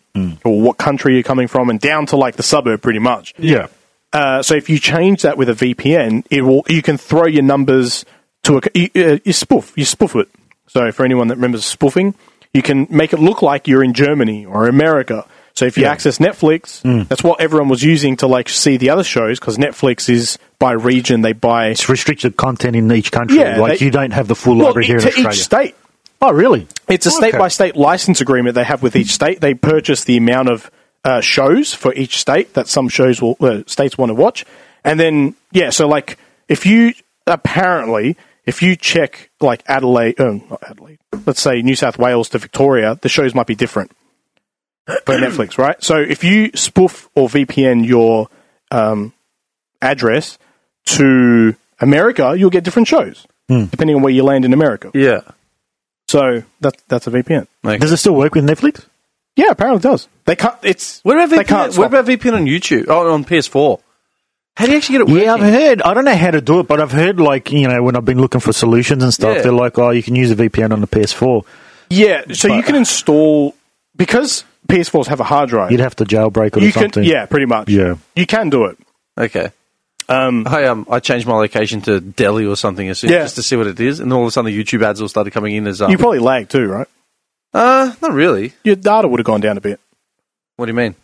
or what country you're coming from, and down to like the suburb, pretty much. yeah. Uh, so if you change that with a VPN, it will you can throw your numbers to a you, uh, you spoof you spoof it. So for anyone that remembers spoofing, you can make it look like you're in Germany or America. So if you access Netflix, Mm. that's what everyone was using to like see the other shows because Netflix is by region they buy It's restricted content in each country. Yeah, like they- you don't have the full well, library here in to Australia. each state. oh, really? It's a Okay. state by state license agreement they have with each state. They purchase the amount of uh, shows for each state that some shows will uh, states want to watch, and then yeah, so like if you apparently if you check like Adelaide, um, not Adelaide, let's say New South Wales to Victoria, the shows might be different for Netflix, right? So if you spoof or VPN your um, address to America, you'll get different shows Hmm. depending on where you land in America. Yeah. So that that's a VPN. Does it still work with Netflix? Yeah, apparently it does. They can't. It's What about they VPN? What swap about VPN on YouTube? Oh, on PS4. How do you actually get it working? Yeah, I've heard. I don't know how to do it, but I've heard like you know when I've been looking for solutions and stuff, Yeah. they're like, oh, you can use a VPN on the PS4. it. Yeah, so you can install because PS4s have a hard drive. You'd have to jailbreak it or You can, something. yeah, pretty much. Yeah. you can do it. Okay. Um, I um I changed my location to Delhi or something as soon, Yeah. just to see what it is, and all of a sudden the YouTube ads all started coming in as um, you probably lag too, right? uh not really. Your data would have gone down a bit. What do you mean?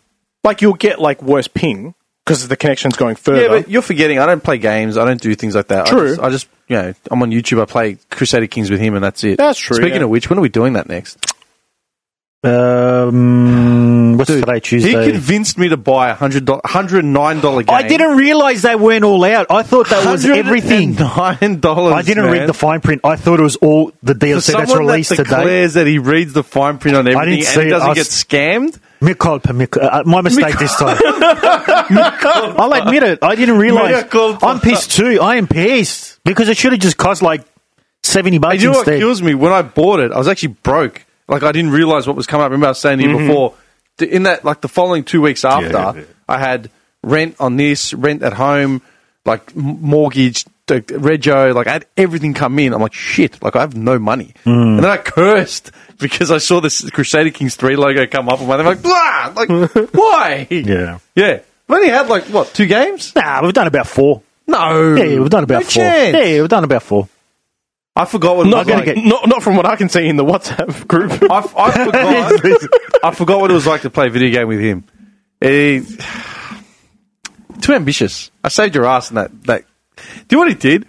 Like you'll get like worse ping because the connection's going further. Yeah, but you're forgetting. I don't play games. I don't do things like that. I True. just, I just, you know, I'm on YouTube. I play Crusader Kings with him, and that's it. That's true, Speaking yeah. of which, when are we doing that next? Um, what's today? Tuesday. He convinced me to buy a hundred dollar, hundred nine dollar game. I didn't realize they weren't all out. I thought that was everything. Nine dollars. I didn't read the fine print. I thought it was all the DLC that's someone released that today. declares that he reads the fine print on everything see and he it. doesn't I get s- scammed. Mikhail Pamik- uh, my mistake this time. I'll admit it. I didn't realize. Mikhail- I'm pissed too. I am pissed because it should have just cost like seventy bucks You know what instead. kills me? When I bought it, I was actually broke. Like I didn't realize what was coming up. Remember, I was saying to you before. th- In that, like the following two weeks after, yeah. I had rent on this, rent at home, like m- mortgage, t- rego, like I had everything come in. I'm like, shit, like I have no money. And then I cursed because I saw this Crusader Kings three logo come up on my. I'm like, blah, like why? Yeah. yeah. I've only had like what two games? Nah, we've done about four. No, Yeah, yeah, we've done about No four. chance. Yeah, yeah, we've done about four. I forgot what it was not, like. like, not not from what I can see in the WhatsApp group. I, f- I forgot. I forgot what it was like to play a video game with him. He, too ambitious. I saved your ass in that. That. Do you know what he did?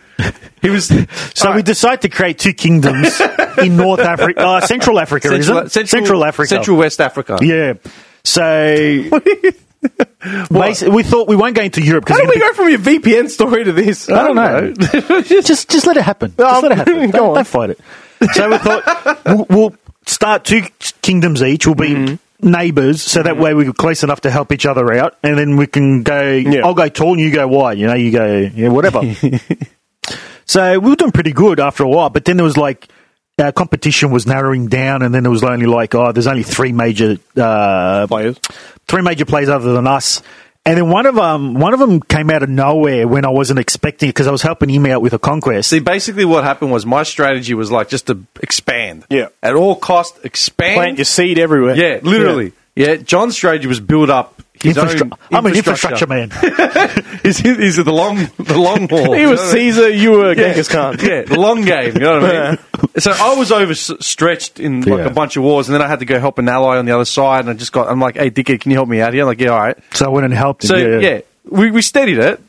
He was So we decide to create two kingdoms in North Africa, uh, Central Africa, Central, is it? Central Africa. Central West Africa. Yeah. So basi- we thought we won't go into Europe because How did we go from your VPN story to this? I don't know. just just let it happen. Just let it happen. Um, go Don't, on. don't fight it. So we thought we'll, we'll start two kingdoms each. We'll be Mm-hmm. neighbors, so that way we were close enough to help each other out, and then we can go. I'll go tall, and you go wide. You know, you go yeah, whatever. so we were doing pretty good after a while, but then there was like our competition was narrowing down, and then there was only like oh, there's only three major uh, players. three major players other than us. And then one of um one of them came out of nowhere when I wasn't expecting it because I was helping him out with a conquest. See, basically, what happened was my strategy was like just to expand. Yeah. At all cost, expand. Plant your seed everywhere. yeah, literally. Yeah. John's strategy was build up his Infrastru- own. I'm an infrastructure man. He's, he's the long, the long haul. He You know was what I mean? Caesar, you were Genghis Khan. Yeah, the long game. You know what I mean? so I was overstretched in like Yeah. a bunch of wars, and then I had to go help an ally on the other side, and I just got. I'm like, hey, dickhead, can you help me out here? I'm like, yeah, all right. So I went and helped him. So yeah, we, we steadied it,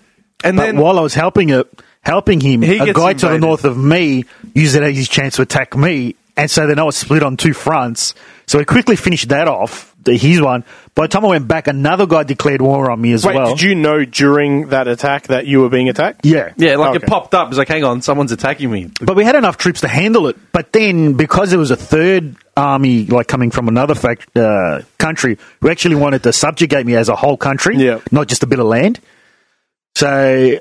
and But then while I was helping it, helping him, He a gets guy to the invaded. north of me used it as his chance to attack me, and so then I was split on two fronts. So he quickly finished that off, the, his one. By the time I went back, another guy declared war on me as Wait, well. did you know during that attack that you were being attacked? yeah, yeah, like Okay. it popped up. It's like, hang on, someone's attacking me. But we had enough troops to handle it. But then, because there was a third army, like coming from another fact, uh, country, who actually wanted to subjugate me as a whole country, Yeah. not just a bit of land. So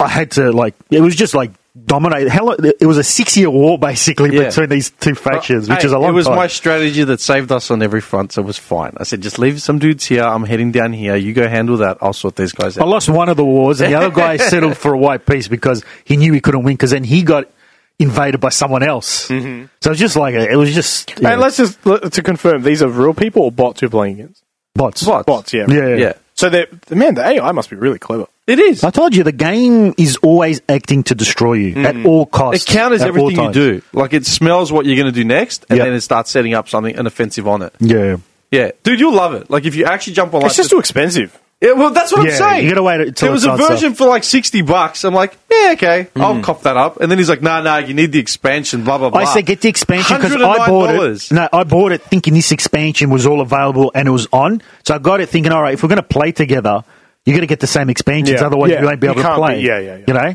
I had to like it was just like dominate. Hell, it was a six-year war basically Yeah. Uh, between these two factions, which Hey, is a long It was time. my strategy that saved us on every front, so it was fine. I said, just leave some dudes here. I'm heading down here. You go handle that. I'll sort these guys I out. lost one of the wars, and the other guy settled for a white peace because he knew he couldn't win. Because then he got invaded by someone else. Mm-hmm. So it was just like a, it was just yeah, And let's just let- to confirm these are real people or bots you're playing against. bots. Bots, yeah. Yeah. Yeah. So they man, the AI must be really clever. It is. I told you the game is always acting to destroy you Mm. at all It costs. counters at all everything you times. do. Like, it smells what you're going to do next, and Yeah. then it starts setting up something, an offensive on it. Yeah, Yeah. Dude, you'll love it. Like, if you actually jump online. It's just too expensive. yeah, well, that's what Yeah, I'm saying. you gotta wait until There was it a starts Mm. version for like 60 bucks. I'm like, yeah, okay. I'll cop that up. And then he's like, nah, nah, you need the expansion, blah, blah, blah. I said get the expansion because I $109. bought it. No, I bought it thinking this expansion was all available and it was on. So I got it thinking, all right, if we're going to play together, you're going to get the same expansions. Yeah. Otherwise, Yeah. you won't be You able to can't be- play. yeah, yeah, yeah. You know.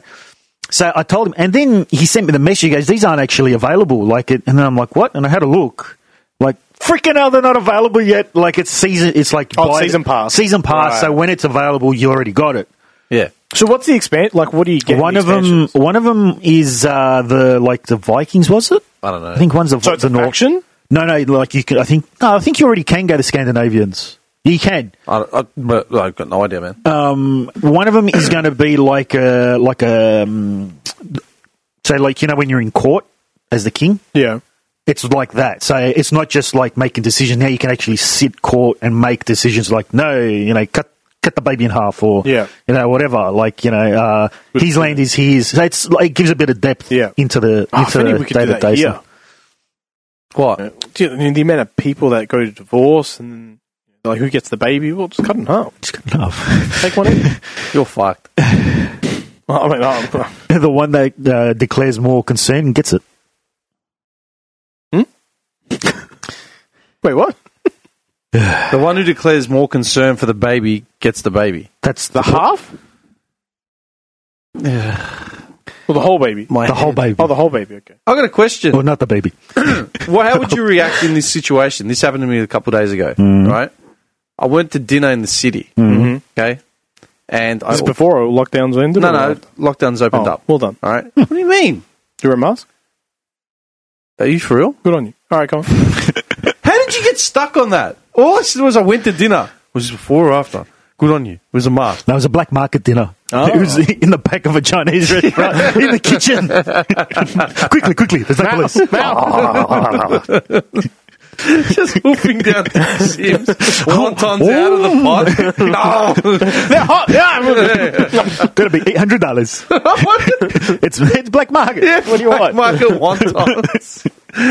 So I told him, and then he sent me the message. He goes, "These aren't actually available." Like it, and then I'm like, "What?" And I had a look. Like freaking hell, they're not available yet. Like it's season. It's like Oh, buy- season pass. Season pass. Right. So when it's available, you already got it. yeah. So what's the expand? Like, what do you get? in one the of them, expansions? one of them is uh, the like the Vikings, was it? I don't know. I think one's the So it's the a Nor- faction? No, no, like you can. I think no, I think you already can go to Scandinavians. You can. I, I, but I've got no idea, man. Um, one of them is going to be like a like a um, say like you know when you're in court as the king. Yeah. It's like that. So it's not just like making decisions. Now you can actually sit court and make decisions. Like no, you know, cut cut the baby in half, or Yeah. you know, whatever. Like you know, uh, his land is his. So it's like, it gives a bit of depth Yeah. into the Oh, if into only the we could do day that to day. here. stuff. What? Dude, I mean, the amount of people that go to divorce and like who gets the baby? Well, just cut in half. It's good enough. Take one. in. You're fucked. Well, I mean, oh, the one that uh, declares more concern gets it. wait, what? The one who declares more concern for the baby gets the baby. That's The half? Well, the whole baby. My the whole baby. Oh, the whole baby. Okay. I got a question. Well, not the baby. Well, how would you react in this situation? This happened to me a couple of days ago, right? I went to dinner in the city, Mhm. okay? And I. This is before lockdowns ended. no, or- no, lockdown's opened Oh, up. well done. All right? what do you mean? Do you wear a mask? Are you for real? Good on you. All right, come on. How did you get stuck on that? All I said was I went to dinner. Was this before or after? Good on you. It was a mask. No, it was a black market dinner. Oh. It was in the back of a Chinese restaurant in the kitchen. quickly, quickly. There's no police. Just hoofing down the Sims. Wontons out of the pot. No. They're hot. Yeah. That'll be eight hundred dollars. What? It's it's black market. what do you Black want? Market wontons.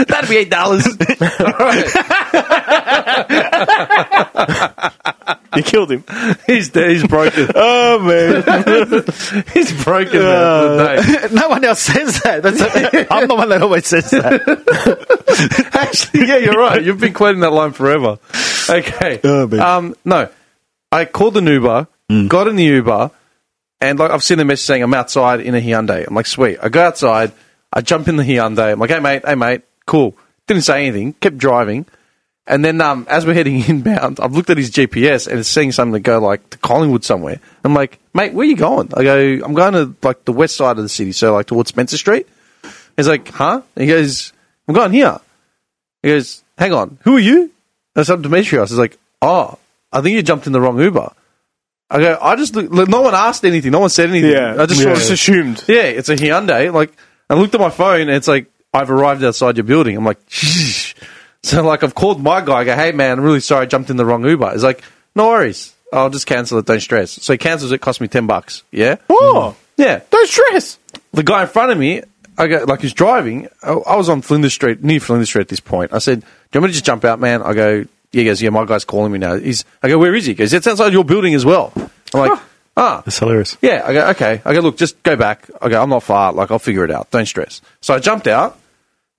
That'd be eight dollars. you killed him. He's he's broken. Oh man. He's broken. man, for the day. Uh, no one else says that. That's I'm the one that always says that. Actually, yeah, you're right. You've been quoting that line forever. Okay. Oh, man. Hmm. um, no, I called an Uber, got in the Uber, and like I've seen the message saying I'm outside in a Hyundai. I'm like, sweet. I go outside. I jump in the Hyundai. I'm like, hey mate, hey mate, cool. Didn't say anything. Kept driving. And then um, as we're heading inbound, I've looked at his GPS and it's seeing something to go like to Collingwood somewhere. I'm like, mate, where you going? I go, I'm going to like the west side of the city, so like towards Spencer Street. He's like, huh? And he goes, I'm going here. He goes, hang on, who are you? And so Demetrios is like, oh, I think you jumped in the wrong Uber. I go, I just, look, no one asked anything, no one said anything. I just saw yeah. just assumed. yeah, it's a Hyundai. Like, I looked at my phone and it's like, I've arrived outside your building. I'm like, "Sheesh." so like, I've called my guy. I go, hey man, I'm really sorry, I jumped in the wrong Uber. He's like, no worries, I'll just cancel it. Don't stress. So he cancels it. Cost me ten bucks. Yeah. Oh, Yeah. don't stress. The guy in front of me, I go, like, he's driving. I, I was on Flinders Street, near Flinders Street at this point. I said, do you want me to just jump out, man? I go, yeah, he goes, yeah, my guy's calling me now. He's, I go, where is he? He goes, it's outside your building as well. I'm like, ah, That's hilarious. yeah, I go, okay. I go, look, just go back. I go, I'm not far. Like, I'll figure it out. Don't stress. So I jumped out.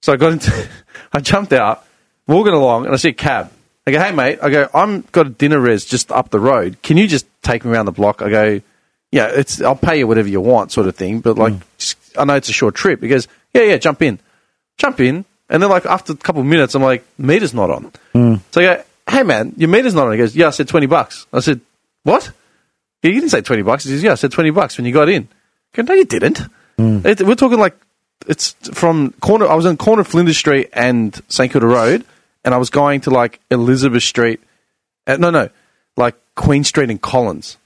So I got into, I jumped out, walking along, and I see a cab. I go, hey, mate. I go, I'm got a dinner res just up the road. Can you just take me around the block? I go, yeah, it's, I'll pay you whatever you want, sort of thing. But like, just, I know it's a short trip. He goes, yeah, yeah, jump in. Jump in. And then, like, after a couple of minutes, I'm like, meter's not on. So I go, hey, man, your meter's not on. He goes, yeah, I said 20 bucks. I said, what? He didn't say 20 bucks. He says, yeah, I said 20 bucks when you got in. I go, no, you didn't. It- we're talking like, it's from corner, I was on corner of Flinders Street and St. Kilda Road, and I was going to like Elizabeth Street. Uh, no, no, like Queen Street and Collins.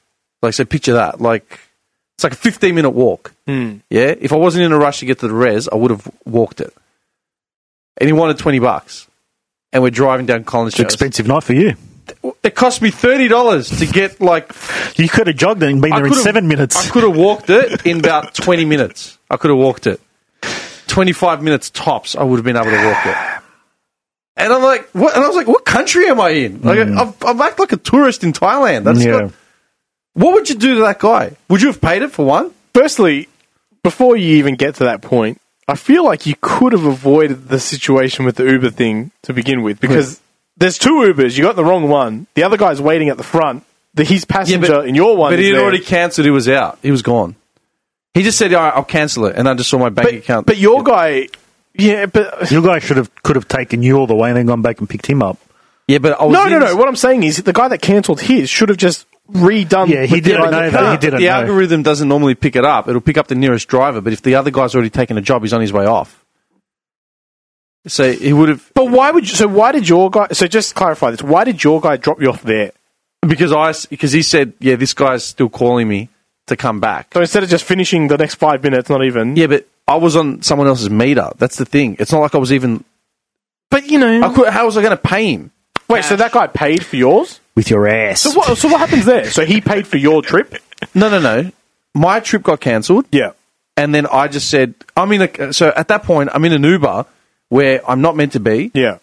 Like, so picture that. Like, it's like a 15 minute walk. Yeah. If I wasn't in a rush to get to the res, I would have walked it. And he wanted 20 bucks. And we're driving down Collins It's an Street. expensive night for you. It cost me $30 to get like You could have jogged and been there in could've- seven minutes. I could have walked it in about 20 minutes. I could have walked it. 25 minutes tops, I would have been able to walk it. And I'm like, what? And I was like, what country am I in? Like, I've, I've acted like a tourist in Thailand. That's yeah. not- what would you do to that guy? Would you have paid it for one? Firstly, before you even get to that point, I feel like you could have avoided the situation with the Uber thing to begin with because there's two Ubers. You got the wrong one. The other guy's waiting at the front. The, his passenger in your one. But is he had there. already cancelled. He was out. He was gone. He just said, all right, I'll cancel it. And I just saw my bank But, account. but your guy. Yeah, but Your guy should have could have taken you all the way and then gone back and picked him up. yeah, but I was no, in no, this- no. What I'm saying is the guy that cancelled his should have just redone. Yeah, he with the didn't guy that know that. can't. He didn't the know. algorithm doesn't normally pick it up. It'll pick up the nearest driver, but if the other guy's already taken a job, he's on his way off. So he would have But why would you? So why did your guy? So just to clarify this. Why did your guy drop you off there? because I s- because he said, yeah, this guy's still calling me to come back. So instead of just finishing the next five minutes, not even. Yeah, but I was on someone else's meter. That's the thing. It's not like I was even. but you know. I could, how was I going to pay him? wait, so that guy paid for yours? With your ass. So what? So what happens there? So he paid for your trip. No, no, no. My trip got cancelled. Yeah. and then I just said, I'm in a. So at that point, I'm in an Uber where I'm not meant to be. Yeah.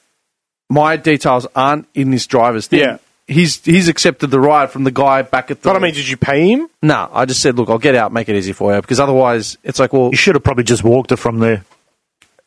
My details aren't in this driver's thing. Yeah. He's he's accepted the ride from the guy back at the. But I mean, did you pay him? nah. I just said, look, I'll get out, make it easy for you, because otherwise, it's like, well, You should have probably just walked it from there.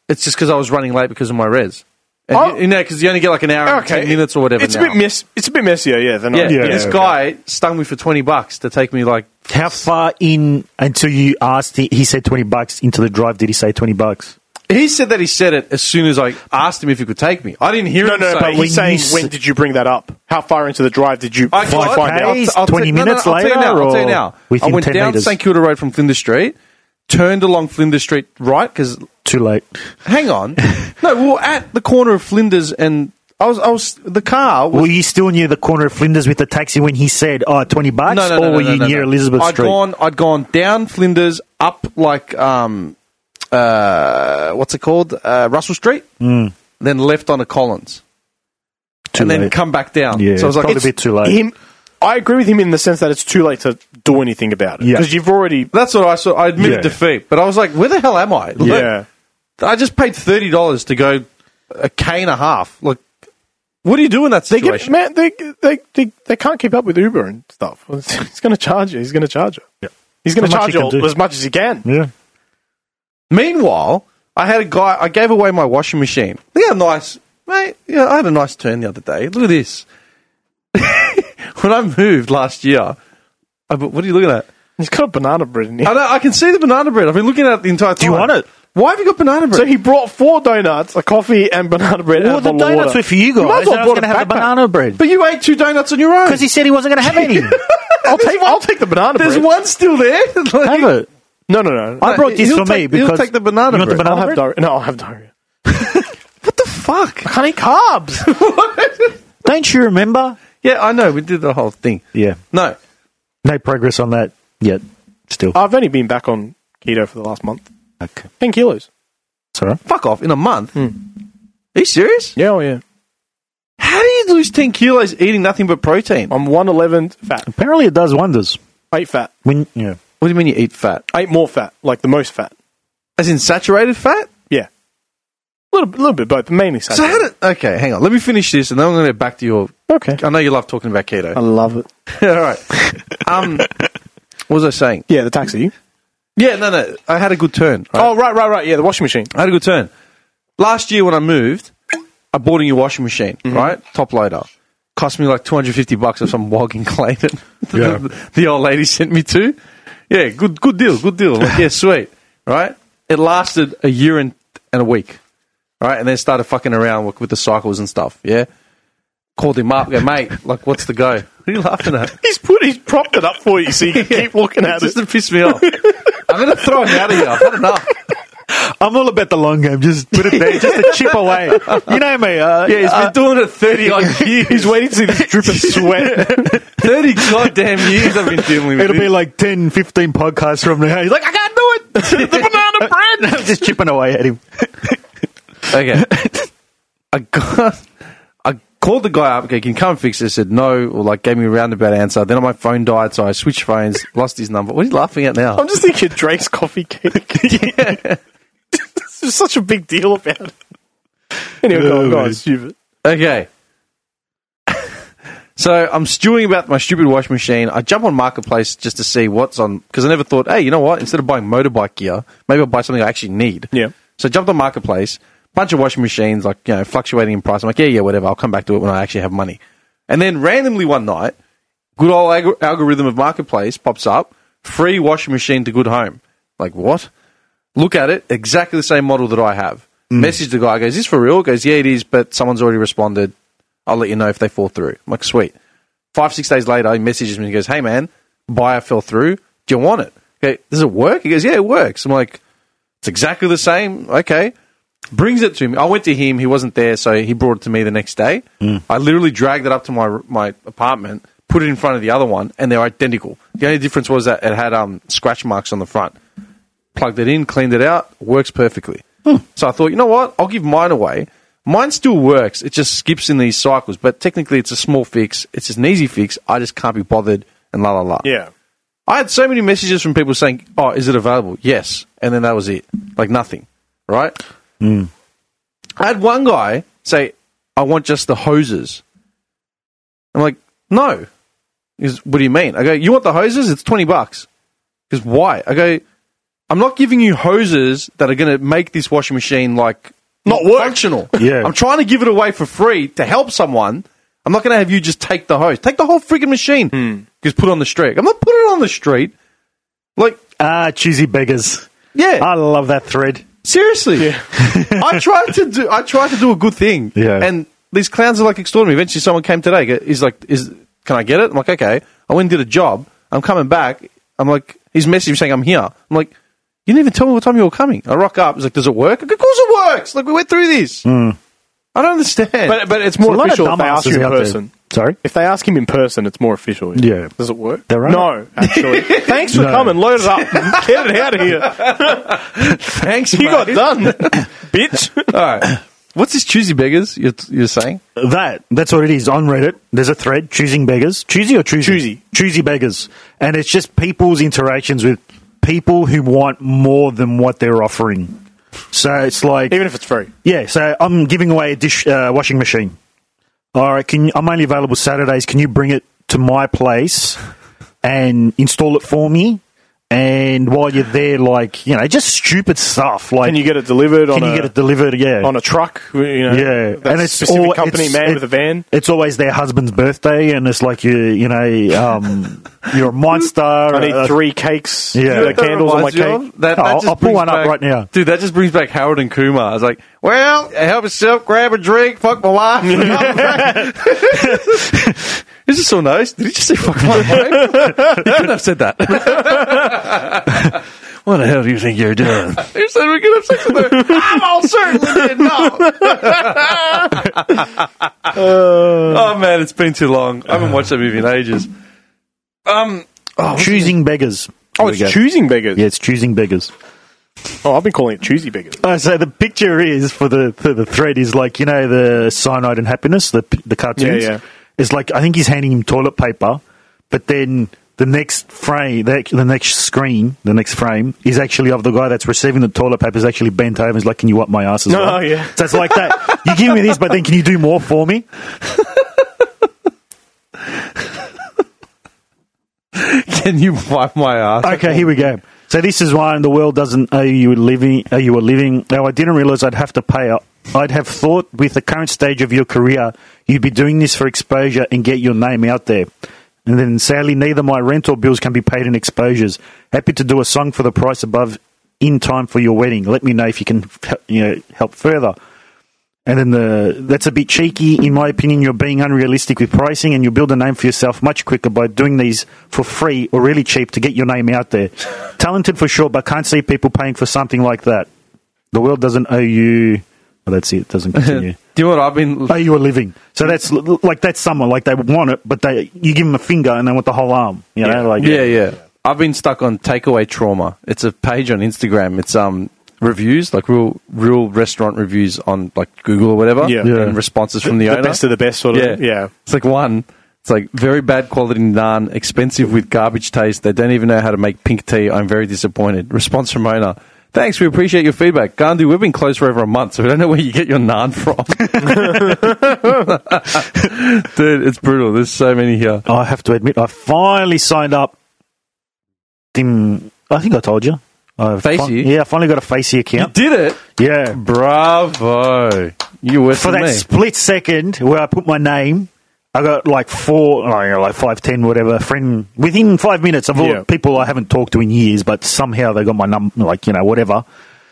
it's just because I was running late because of my res. And Oh. you, you know, because you only get like an hour and ten minutes or whatever. It's now. a bit mess. It's a bit messier. Yeah. Than I- yeah, Yeah, but this okay. guy stung me for twenty bucks to take me like How far in until you asked? He, he said twenty bucks into the drive. Did he say twenty bucks? he said that he said it as soon as I asked him if he could take me. I didn't hear No, him. no. say, But when you he's saying, s- when did you bring that up? How far into the drive did you I find, got- find out? Hey, 20 no, no, minutes I'll tell you later now, I'll tell you or now. I within went 10 down metres? St Kilda Road from Flinders Street, turned along Flinders Street right because Too late. hang on, no, we were at the corner of Flinders and I was I was the car was Were you still near the corner of Flinders with the taxi when he said, "Oh, 20 bucks," no, no, or no, no, were no, you no, near no. Elizabeth I'd Street? Gone, I'd gone down Flinders up like um uh what's it called uh, Russell Street, then left onto Collins. Mm. Too and then late. come back down. yeah, so I was like, probably a it's- bit too late. Him. I agree with him in the sense that it's too late to do anything about it Yeah. because you've already. that's what I saw. I admitted Yeah. defeat, but I was like, where the hell am I? Like, Yeah. I just paid thirty dollars to go a k and a half. Like, what do you do in that They get, situation? man, they, they, they, they can't keep up with Uber and stuff. He's going to charge you. He's going to charge you. Yeah. He's going to Not charge much you you can do. as much as he can. yeah, Meanwhile, I had a guy. I gave away my washing machine. Look how nice, mate. Yeah, I had a nice turn the other day. Look at this. when I moved last year, I, bu- what are you looking at? He's got a banana bread in here. I, know, I can see the banana bread. I've been looking at it the entire time. you want it? Why have you got banana bread? So he brought four donuts, a coffee, and banana bread. Well, and a the bottle of donuts water. were for you guys. might as well and brought I was going to a have the backpack. banana bread but you ate two donuts on your own. because he said he wasn't going to have any. I'll take, I'll take the banana There's bread. one still there. Like- have it. No, no, no. I brought this he'll for me take- he'll because take the banana You want the bread. I'll banana have bread? diarrhea. No, I'll have diarrhea. What the fuck? Honey, carbs. Don't you remember? Yeah, I know. We did the whole thing. Yeah. No. No progress on that yet. Still. I've only been back on keto for the last month. okay. Ten kilos. Sorry. Fuck off. In a month. Are you serious? Yeah, oh yeah. How do you lose 10 kilos eating nothing but protein? I'm one eleven fat. Apparently, it does wonders. I ate fat. When yeah. What do you mean you eat fat? I ate more fat, like the most fat. As in saturated fat? Yeah, a little, little bit both, mainly So saturated. how did... Okay, hang on. Let me finish this and then I'm going to get back to your... okay, I know you love talking about keto. I love it. All right. Um, what was I saying? Yeah, the taxi. Yeah, no, no. I had a good turn. right? Oh right, right, right. Yeah, the washing machine. I had a good turn. Last year when I moved, I bought a new washing machine, right? Top loader. Cost me like 250 bucks or some wog in Clayton. the, the old lady sent me to. Yeah, good good deal, good deal. I'm like, yeah, sweet. Right? It lasted a year and, and a week. Right? And then started fucking around with, with the cycles and stuff. Yeah? Called him up, go, mate, like, what's the go? What are you laughing at? He's put, he's propped it up for you, so you can keep looking at Just to piss me off. I'm going to throw him out of here. I've had enough. I'm all about the long game. Just put it there, just to chip away. You know me. Uh, Yeah, he's uh, been doing it 30 odd years. He's waiting to see this drip of sweat. 30 goddamn years I've been dealing with it'll be this. like 10, 15 podcasts from now. He's like, I can't do it. the banana bread. just chipping away at him. okay. I got. I called the guy up. Okay, can you come fix this? Said no, or like gave me a roundabout answer. Then my phone died, so I switched phones. Lost his number. What are you laughing at now? I'm just thinking Drake's coffee cake. yeah, it's just such a big deal about it. Anyway, go on, go on, man. stupid. Okay. so I'm stewing about my stupid wash machine. I jump on marketplace just to see what's on because I never thought, hey, you know what? Instead of buying motorbike gear, maybe I'll buy something I actually need. Yeah. So I jumped on marketplace, bunch of washing machines, like you know, fluctuating in price. I'm like, yeah, yeah, whatever. I'll come back to it when I actually have money. And then randomly one night, good old alg- algorithm of marketplace pops up, free washing machine to good home. Like what? Look at it, exactly the same model that I have. Message the guy, goes, is this for real? Goes, yeah, it is, but someone's already responded. I'll let you know if they fall through. I'm like, sweet. Five, six days later, he messages me and goes, hey, man, buyer fell through. Do you want it? Okay, does it work? He goes, yeah, it works. I'm like, it's exactly the same. Okay. Brings it to me. I went to him. He wasn't there, so he brought it to me the next day. I literally dragged it up to my my apartment, put it in front of the other one, and they're identical. The only difference was that it had um, scratch marks on the front. Plugged it in, cleaned it out, works perfectly. So I thought, you know what? I'll give mine away. Mine still works. It just skips in these cycles, but technically it's a small fix. It's just an easy fix. I just can't be bothered and la la la. Yeah, I had so many messages from people saying, "Oh, is it available?" Yes, and then that was it. Like nothing, right? Hmm. I had one guy say, "I want just the hoses." I'm like, "No." He goes, "What do you mean?" I go, "You want the hoses? It's twenty bucks." Because why? I go, "I'm not giving you hoses that are going to make this washing machine like Not work. functional." Yeah. I'm trying to give it away for free to help someone. I'm not going to have you just take the hose. Take the whole freaking machine. Hmm. Just put it on the street. I'm not putting it on the street. Like, Ah, choosy beggars. yeah, Ah, I love that thread. seriously. I tried to do. I tried to do a good thing. Yeah. And these clowns are like extorting me. Eventually, someone came today. go- He's like, "Is can I get it?" I'm like, "Okay." I went and did a job. I'm coming back. I'm like, he's messaging me saying I'm here. I'm like, you didn't even tell me what time you were coming. I rock up. He's like, "Does it work?" I go, of course it works. Like we went through this. Hmm. I don't understand. but but it's more There's a official if lot of they ask dumbasses you in out there. person. Sorry? If they ask him in person, it's more official. Yeah. Does it work? They're right. No, actually. Thanks for No. coming. Load it up. Get it out of here. thanks, You got mate. done, bitch. All right. What's this choosy beggars you're, you're saying? That that's what it is on Reddit. There's a thread choosing beggars, choosy or choosy, Choosy. choosy beggars, and it's just people's interactions with people who want more than what they're offering. So it's like, Even if it's free. yeah. So I'm giving away a dish uh, washing machine. All right, can you, I'm only available Saturdays. Can you bring it to my place and install it for me? And while you're there, like you know, just stupid stuff. Like Can you get it delivered on can a you get it delivered? Yeah, on a truck? You know, yeah, that specific al- company it's- man it- with a van. It's always their husband's birthday, and it's like you, you know, um, you're a monster. I need uh, three cakes. Yeah. uh, candles on my reminds you cake. of? That, Oh, that I'll- just I'll pull brings one up back- right now. Dude, that just brings back Harold and Kumar. I was like, well, help yourself, grab a drink, fuck my wife. Is this so nice? Did he just say fuck my wife? he couldn't have said that. What the hell do you think you're doing? he said we could have sex with her. I'm all certainly did not. oh, man, it's been too long. I haven't watched that movie in ages. Um, choosing beggars. Oh, There it's we go. choosing beggars. yeah, it's choosing beggars. Oh, I've been calling it choosy beggars. Uh, so the picture is for the for the thread is like you know the cyanide and happiness the the cartoons. Yeah, yeah. It's like I think he's handing him toilet paper, but then the next frame, the, the next screen, the next frame is actually of the guy that's receiving the toilet paper is actually bent over. He's like, "Can you wipe my ass as Oh, well?" yeah. So it's like that. you give me this, but then can you do more for me? can you wipe my ass? Okay, here we go. So this is why the world doesn't owe you a living. Owe you a living. Now I didn't realize I'd have to pay. up. I'd have thought with the current stage of your career, you'd be doing this for exposure and get your name out there. And then sadly, neither my rent or bills can be paid in exposures. Happy to do a song for the price above in time for your wedding. Let me know if you can, you know, help further. And then the that's a bit cheeky, in my opinion. You're being unrealistic with pricing, and you build a name for yourself much quicker by doing these for free or really cheap to get your name out there. Talented for sure, but can't see people paying for something like that. The world doesn't owe you. Well, that's it. It doesn't continue. Do you know what I've been owe you a living. So that's l- like that's someone like they want it, but they you give them a finger and they want the whole arm. You know, like yeah, yeah. I've been stuck on takeaway trauma. It's a page on Instagram. It's um reviews, like real real restaurant reviews on like Google or whatever. Yeah. Yeah. And responses from the, The owner. best of the best, sort of. yeah. Yeah. It's like one. It's like very bad quality naan, expensive with garbage taste. They don't even know how to make pink tea. I'm very disappointed. Response from owner. Thanks, we appreciate your feedback. Gandhi, we've been closed for over a month, so we don't know where you get your naan from. Dude, it's brutal. There's so many here. I have to admit, I finally signed up. Dim, I think I told you. I Facey? yeah, I finally got a Facey You account. did it. Yeah, Bravo. You were for that split second where I put my name, I got like four, I don't know, like five, ten, whatever friend within five minutes of all Yeah. people I haven't talked to in years, but somehow they got my number, like you know, whatever.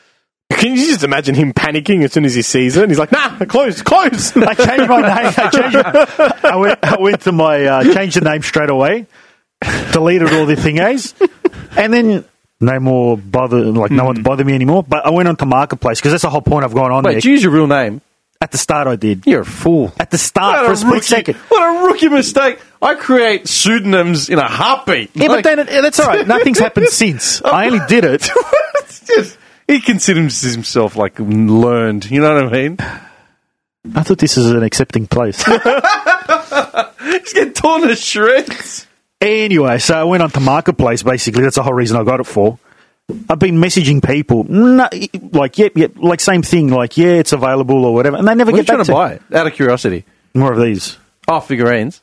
Can you just imagine him panicking as soon as he sees it? And he's like, nah, close, close. I changed my name. I changed. I went. I went to my uh, changed the name straight away. Deleted all the thingies, and then no more bother. Like no one bothered me anymore. But I went on to marketplace because that's the whole point I've gone on. there. Wait, you use your real name. Ah, At the start, I did. You're a fool. At the start, for a split rookie, second. What a rookie mistake. I create pseudonyms in a heartbeat. Yeah, but then it, that's all right. Nothing's happened since. I only did it. it's just, he considers himself like learned. You know what I mean? I thought this is an accepting place. He's getting torn to shreds. anyway, so I went on to Marketplace, basically. That's the whole reason I got it for. I've been messaging people, no, like, yep, yep, like, same thing, like, yeah, it's available or whatever. And they never What are you get back trying to buy? Out of curiosity. More of these Oh, figurines.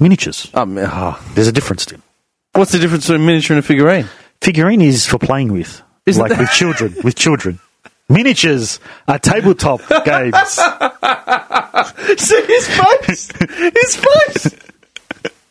miniatures. Um, ah. There's a difference, dude. What's the difference between a miniature and a figurine? Figurine is for playing with, Isn't like, that- with children, with children. Miniatures are tabletop games. See his face. His face.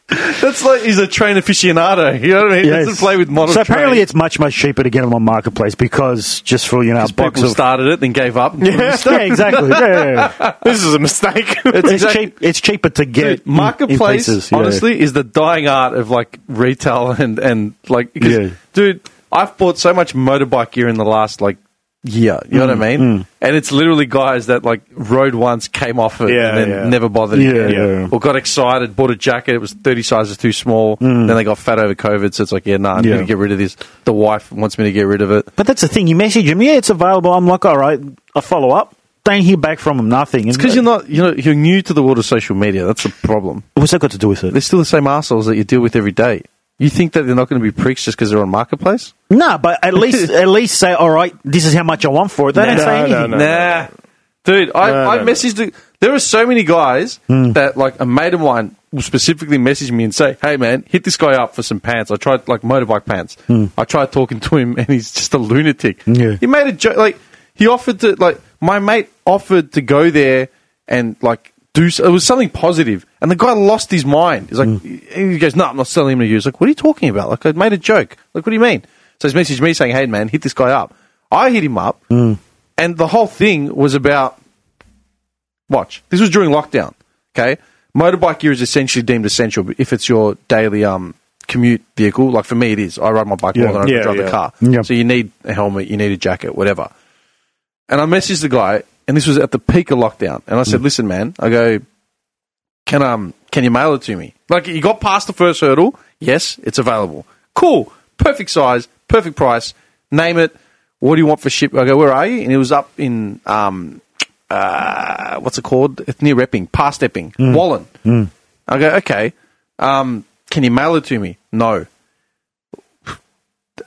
That's like he's a train aficionado. You know what I mean? He doesn't play with model So apparently, trains. it's much much cheaper to get them on marketplace because just for you know a box people of started it, then gave up. yeah, exactly. Yeah, yeah, yeah. this is a mistake. It's, exactly- cheap. It's cheaper to get Dude, in- in marketplace, places, yeah. honestly, is the dying art of like retail and and like, 'cause, Yeah. dude, I've bought so much motorbike gear in the last like year. You know what I mean? And it's literally guys that like rode once, came off it, Yeah, and then yeah. never bothered Yeah, again, yeah. or got excited, bought a jacket. It was thirty sizes too small. Then they got fat over COVID, so it's like, yeah, nah, I'm Yeah. going to get rid of this. The wife wants me to get rid of it. But that's the thing. You message them, yeah, it's available. I'm like, all right, I follow up. Don't hear back from them. Nothing. Because you're not, you know, you're new to the world of social media. That's the problem. What's that got to do with it? they're still the same assholes that you deal with every day. You think that they're not going to be pricks just because they're on marketplace? No, but at least at least say, all right, this is how much I want for it. They don't Nah. say anything. No, no, nah, dude. I, No, I no, no. messaged. The, there are so many guys that like a mate of mine will specifically message me and say, "Hey, man, hit this guy up for some pants." I tried like motorbike pants. I tried talking to him, and he's just a lunatic. Yeah. He made a joke. Like he offered to like my mate offered to go there and like do. s- It was something positive, and the guy lost his mind. He's like, he goes, "No, I'm not selling him to you." He's like, "What are you talking about? Like I made a joke. Like what do you mean?" So he's messaged me saying, "Hey, man, hit this guy up." I hit him up, and the whole thing was about watch. This was during lockdown. Okay, motorbike gear is essentially deemed essential if it's your daily um commute vehicle. Like for me, it is. I ride my bike more than I Yeah, drive yeah. the car, Yeah. so you need a helmet, you need a jacket, whatever. And I messaged the guy, and this was at the peak of lockdown. And I said, "Listen, man, I go, can um can you mail it to me? Like you got past the first hurdle. Yes, it's available. Cool, perfect size, perfect price. Name it. What do you want for ship? I go, where are you? And it was up in um uh what's it called? It's near Repping, past Epping, Wallen. I go, okay. Um, can you mail it to me? No.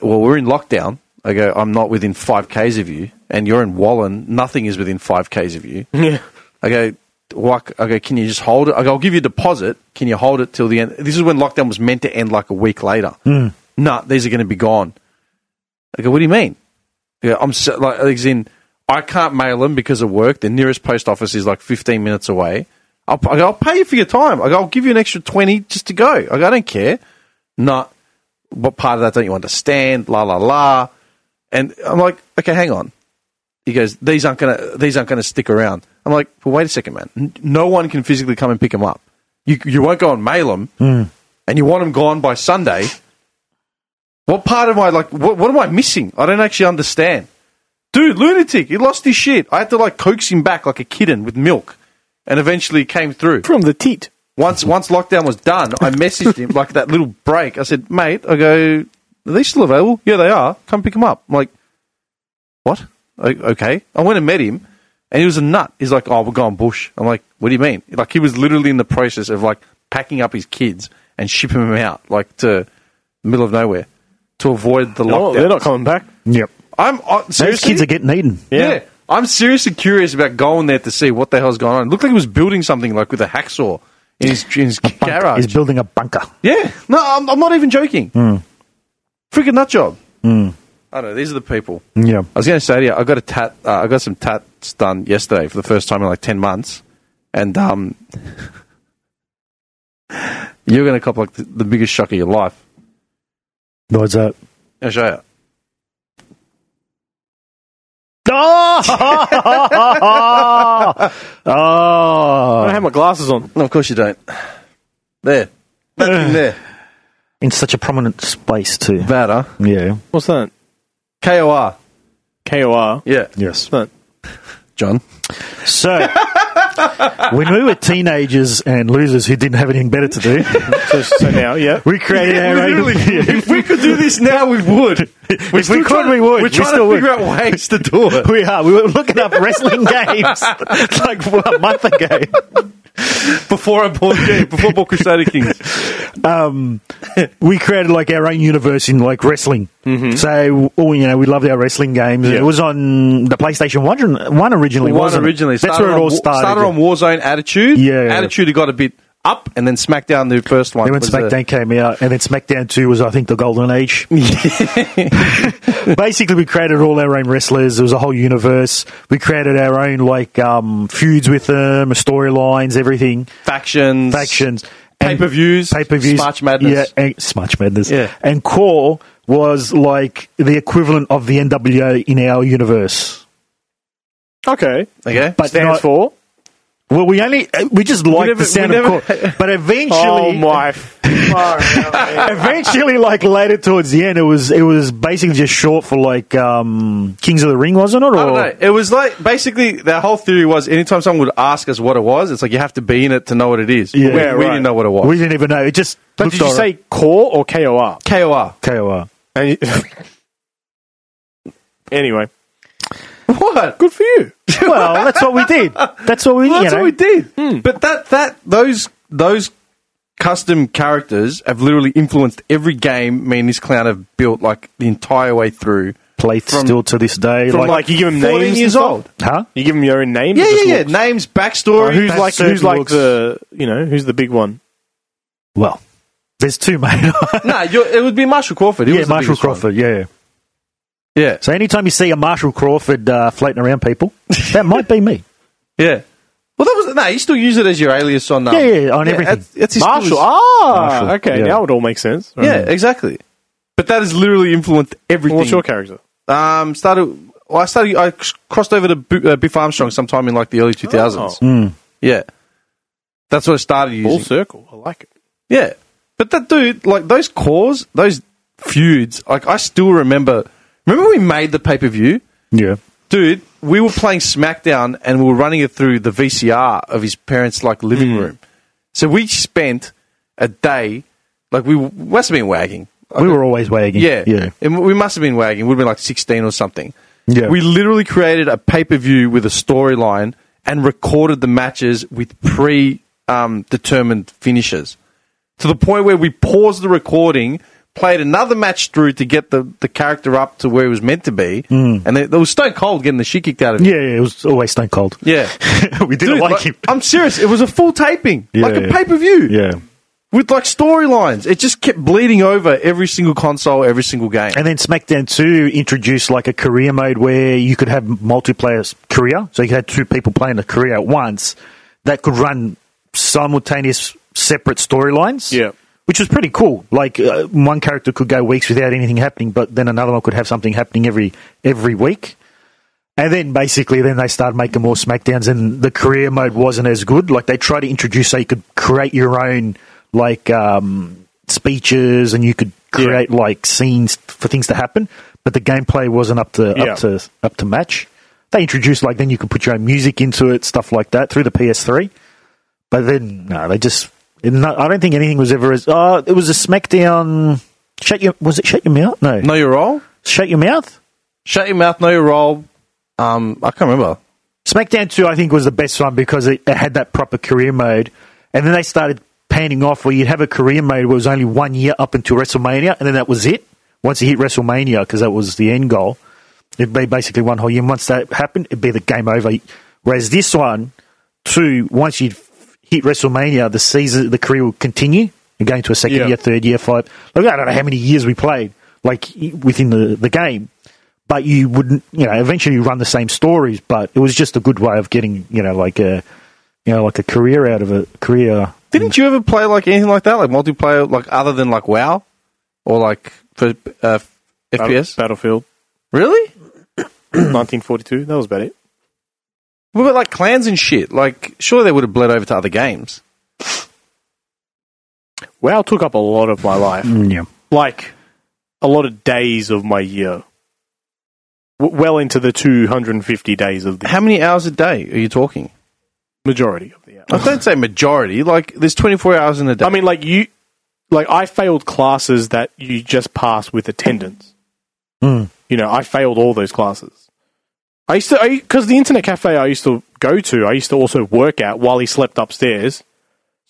Well, we're in lockdown. I go, I'm not within five k's of you, and you're in Wallen. Nothing is within five k's of you. Yeah. I go, what? I go, can you just hold it? I go, I'll give you a deposit. Can you hold it till the end? This is when lockdown was meant to end like a week later. Mm. Nah, these are going to be gone. I go, what do you mean? I go, I'm so, like, as in, I can't mail them because of work. The nearest post office is like 15 minutes away. I'll, I go, I'll pay you for your time. I go, I'll give you an extra 20 just to go. I go, I don't care. Nah, what part of that don't you understand? La, la, la. And I'm like, okay, hang on he goes, these aren't gonna, these aren't gonna stick around. I'm like, well, wait a second, man. N- No one can physically come and pick them up. You you won't go and mail them, and you want them gone by Sunday. What part of my like? What, what am I missing? I don't actually understand, dude. Lunatic. He lost his shit. I had to like coax him back like a kitten with milk, and eventually came through From the teat. once once lockdown was done, I messaged him like that little break. I said, "Mate, I go, are they still available? Yeah, they are. Come pick them up." I'm like, "What? O- okay." I went and met him, and he was a nut. He's like, "Oh, we're going bush." I'm like, "What do you mean?" Like he was literally in the process of like packing up his kids and shipping them out like to middle of nowhere to avoid the No, Oh, they're lockdown. not coming back. Yep. I'm uh, Those seriously kids are getting eaten. yeah. I'm seriously curious about going there to see what the hell's going on. It looked like he was building something like with a hacksaw in his, in his garage. He's building a bunker. Yeah. Hmm. No, I'm, I'm not even joking. Freaking nut job. Hmm. I don't know. These are the people. Yeah. I was going to say to you, I got a tat. Uh, I got some tats done yesterday for the first time in like ten months, and um, you're going to cop like the, the biggest shock of your life. What's that? I'll show you. I Oh! don't oh! have my glasses on. No, of course you don't. There. That thing there. In such a prominent space, too. Bad, huh? Yeah. What's that? KOR. KOR. Yeah. Yes. What's that? John. So, when we were teenagers and losers who didn't have anything better to do, So, so now, yeah. we created our own. Literally, if we could do this now, we would. we still could, trying- we We're would. We trying still to would. figure out ways to do it. We are. We were looking up wrestling games like a month ago. before I bought yeah, before I bought Crusader Kings. um, we created like our own universe in like wrestling. Mm-hmm. So, all, you know, we loved our wrestling games. It was on the PlayStation One, one originally. One wasn't it? originally. That's where it on all Wa- started. Started on Warzone Attitude. Yeah, yeah. Attitude it got a bit up, and then SmackDown the first one. Then when was SmackDown came out, and then SmackDown 2 was, I think, the golden age. Basically, we created all our own wrestlers. There was a whole universe. We created our own, like, um, feuds with them, storylines, everything, the factions, factions. pay per views, Pay per views. Smash Madness. Yeah, and, Smash Madness. Yeah. And Core was, like, the equivalent of the NWO in our universe. Okay. Okay, But Stands not- for. Well, we only, uh, we just liked never- the sound we of never- Core. But eventually. Oh, my. Far out, eventually, like later towards the end, it was it was basically just short for like um, Kings of the Ring, wasn't it? Or I don't know. It was like basically their whole theory was anytime someone would ask us what it was, it's like you have to be in it to know what it is. Yeah. we, Yeah, we right. didn't know what it was. we didn't even know. It just but looked did you alright. say core or KOR? KOR. KOR? And you- anyway, What? good for you. well, that's what we did. That's what we. Well, you that's know. what we did. Hmm. But that that those those custom characters have literally influenced every game me and this clown have built like the entire way through. Played From- still to this day. from, Like, like, you give 'em 14 names years and stuff? old. huh? You give them your own name. Yeah, it just yeah, yeah. looks- Names, Or backstory. who's That's like who's certain like looks. the you know who's the big one? Well, there's two, mate. no, you're, it would be Marshall Crawford. He yeah, was the Marshall biggest one. Crawford. Yeah. Yeah, So anytime you see a Marshall Crawford uh, floating around people, that might be me. yeah. Well, that was no. You still use it as your alias on um, Yeah, yeah, on everything. That's, that's his- Marshall. his- Ah, Marshall, okay. yeah. Now it all makes sense. yeah, exactly. But that has literally influenced everything. What's your character? Um, started. Well, I started. I c- crossed over to B- uh, Biff Armstrong sometime in like the early two thousands. Hmm. Yeah, that's what I started using. Full circle. I like it. Yeah, but that dude, like those cores, those feuds. Like I still remember. Remember we made the pay per view, Yeah. dude. We were playing SmackDown and we were running it through the VCR of his parents' like living room. So we spent a day. Like we w- must have been wagging. We were always wagging. Yeah. Yeah. And we must have been wagging. We'd been like 16 or something. Yeah. We literally created a pay per view with a storyline and recorded the matches with pre um, determined finishes to the point where we paused the recording, played another match through to get the, the character up to where he was meant to be. And it, it was stone cold getting the shit kicked out of him. Mm. Yeah, yeah, it was always stone cold. Yeah. we didn't Dude, like, like, him. I'm serious. It was a full taping, Yeah, like a yeah. pay per view Yeah. with like storylines. It just kept bleeding over every single console, every single game. And then SmackDown 2 introduced like a career mode where you could have multiplayer s- career. So you could have two people playing a career at once that could run simultaneous separate storylines. Yeah. Which was pretty cool. Like uh, one character could go weeks without anything happening, but then another one could have something happening every every week. And then basically, then they started making more Smackdowns, and the career mode wasn't as good. Like they tried to introduce so you could create your own like um, speeches, and you could create like scenes for things to happen. But the gameplay wasn't up to Yeah. up to up to match. They introduced like then you could put your own music into it, stuff like that through the PS3. But then no, they just. No, I don't think anything was ever as. Oh, it was a Smackdown. Shut your was it? Shut your mouth? No, Know your role? shut your mouth. Shut your mouth, know your role. Um, I can't remember. SmackDown 2, I think, was the best one because it, it had that proper career mode. And then they started panning off where you'd have a career mode where it was only one year up until WrestleMania, and then that was it. Once you hit WrestleMania, because that was the end goal, it'd be basically one whole year. And once that happened, it'd be the game over. Whereas this one, two, once you'd f- hit WrestleMania, the season, the career will continue. You're going to a second Yeah. year, third year, five. Like, I don't know how many years we played, like, y- within the, the game but you wouldn't, you know, eventually you run the same stories, but it was just a good way of getting, you know, like a, you know, like a career out of a career. Didn't you ever play like anything like that, like multiplayer, like other than like WoW or like for uh, FPS? Battlefield really? 1942. That was about it. What about like clans and shit? Like, sure they would have bled over to other games. WoW took up a lot of my life. yeah. like a lot of days of my year. W- well into the 250 days of the How many hours a day are you talking? majority of the year. I don't say majority. Like, there's 24 hours in a day. I mean, like you, like I failed classes that you just pass with attendance. Mm. You know, I failed all those classes. I used to, because the internet cafe I used to go to, I used to also work at while he slept upstairs.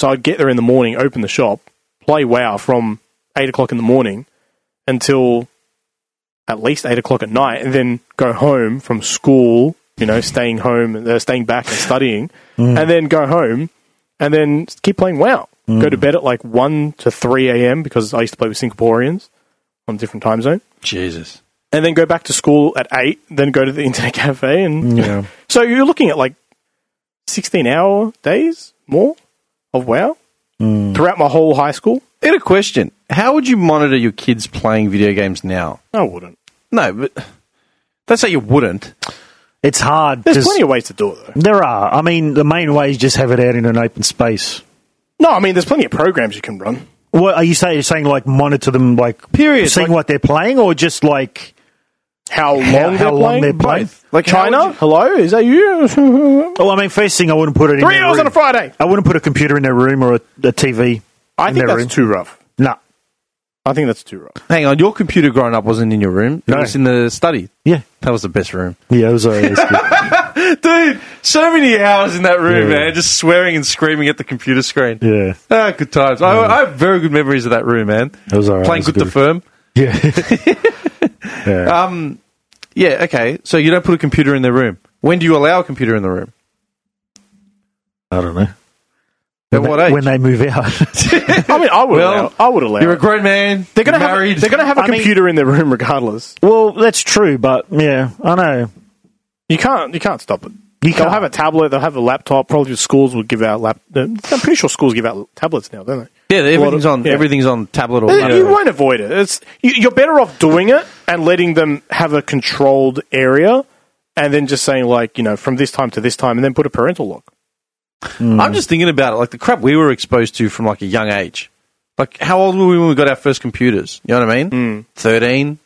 So I'd get there in the morning, open the shop, play WoW from eight o'clock in the morning until at least eight o'clock at night, and then go home from school. You know, staying home, uh, staying back and studying, and then go home, and then keep playing WoW. Go to bed at like one to three a.m. because I used to play with Singaporeans on a different time zone, Jesus. and then go back to school at eight. Then go to the internet cafe, and Yeah. so you're looking at like sixteen-hour days more of WoW throughout my whole high school. I had a question. How would you monitor your kids playing video games now? I wouldn't. No, but don't say you wouldn't. It's hard. There's 'cause plenty of ways to do it though. there are. I mean, the main way is just have it out in an open space. No, I mean there's plenty of programs you can run. What are you saying? You're saying like monitor them, like Period, seeing like- what they're playing, or just like How long? how, they're how long playing? they're playing? Like, how China? would Hello? Is that you? Three Oh, I mean, first thing I wouldn't put it in. their hours on room. a Friday. I wouldn't put a computer in their room or a, a TV. I in think that's their room. too rough. Nah. I think that's too rough. Hang on, your computer growing up wasn't in your room. It No. was in the study. Yeah. That was the best room. Yeah. It was. Uh, it was good. Dude, so many hours in that room, Yeah. man. Just swearing and screaming at the computer screen. yeah. Ah, good times. I, I have very good memories of that room, man. It was alright. Playing It was good to firm. good. Yeah. yeah. Uh, Yeah, okay. So you don't put a computer in the room. When do you allow a computer in the room? I don't know. At what age? when they move out. I mean, I would Well, allow. I would allow. You're a it. grown man. They're gonna you're have. A, married. they're gonna have a I mean- computer in the room regardless. well, that's true, but yeah, I know. You can't. You can't stop it. You they'll can't. have a tablet. They'll have a laptop. Probably schools will give out lap. I'm pretty sure schools give out tablets now, don't they? yeah, everything's on. yeah. Everything's on tablet or. You- whatever. Eh, You won't avoid it. It's you, you're better off doing it and letting them have a controlled area, and then just saying like you know from this time to this time, and then put a parental lock. I'm just thinking about it, like the crap we were exposed to from like a young age. Like, how old were we when we got our first computers? You know what I mean? 13,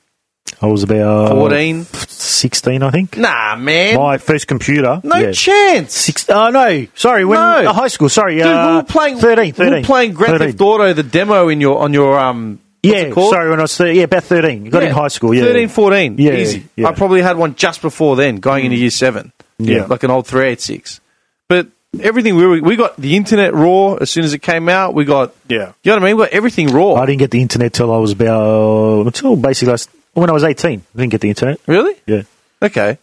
I was about 14? 16, I think. Nah, man. Oh. My first computer. no yeah. chance. Six, oh, no. Sorry, when No. uh, high school. Sorry, Dude, uh, we were playing 13, 13. We were playing Grand 13. Theft Auto the demo in your on your um what's Yeah, it called? sorry, when I was thir- yeah, about 13. You got Yeah, in high school, yeah. 13, 14. Yeah, Easy. yeah. Mm. I probably had one just before then, going into year 7. Yeah. Like an old 386. But everything we were, we got the internet raw as soon as it came out. We got Yeah. You know what I mean? We got everything raw. I didn't get the internet till I was about, until basically I was, when I was 18. I didn't get the internet. really? Yeah. Okay.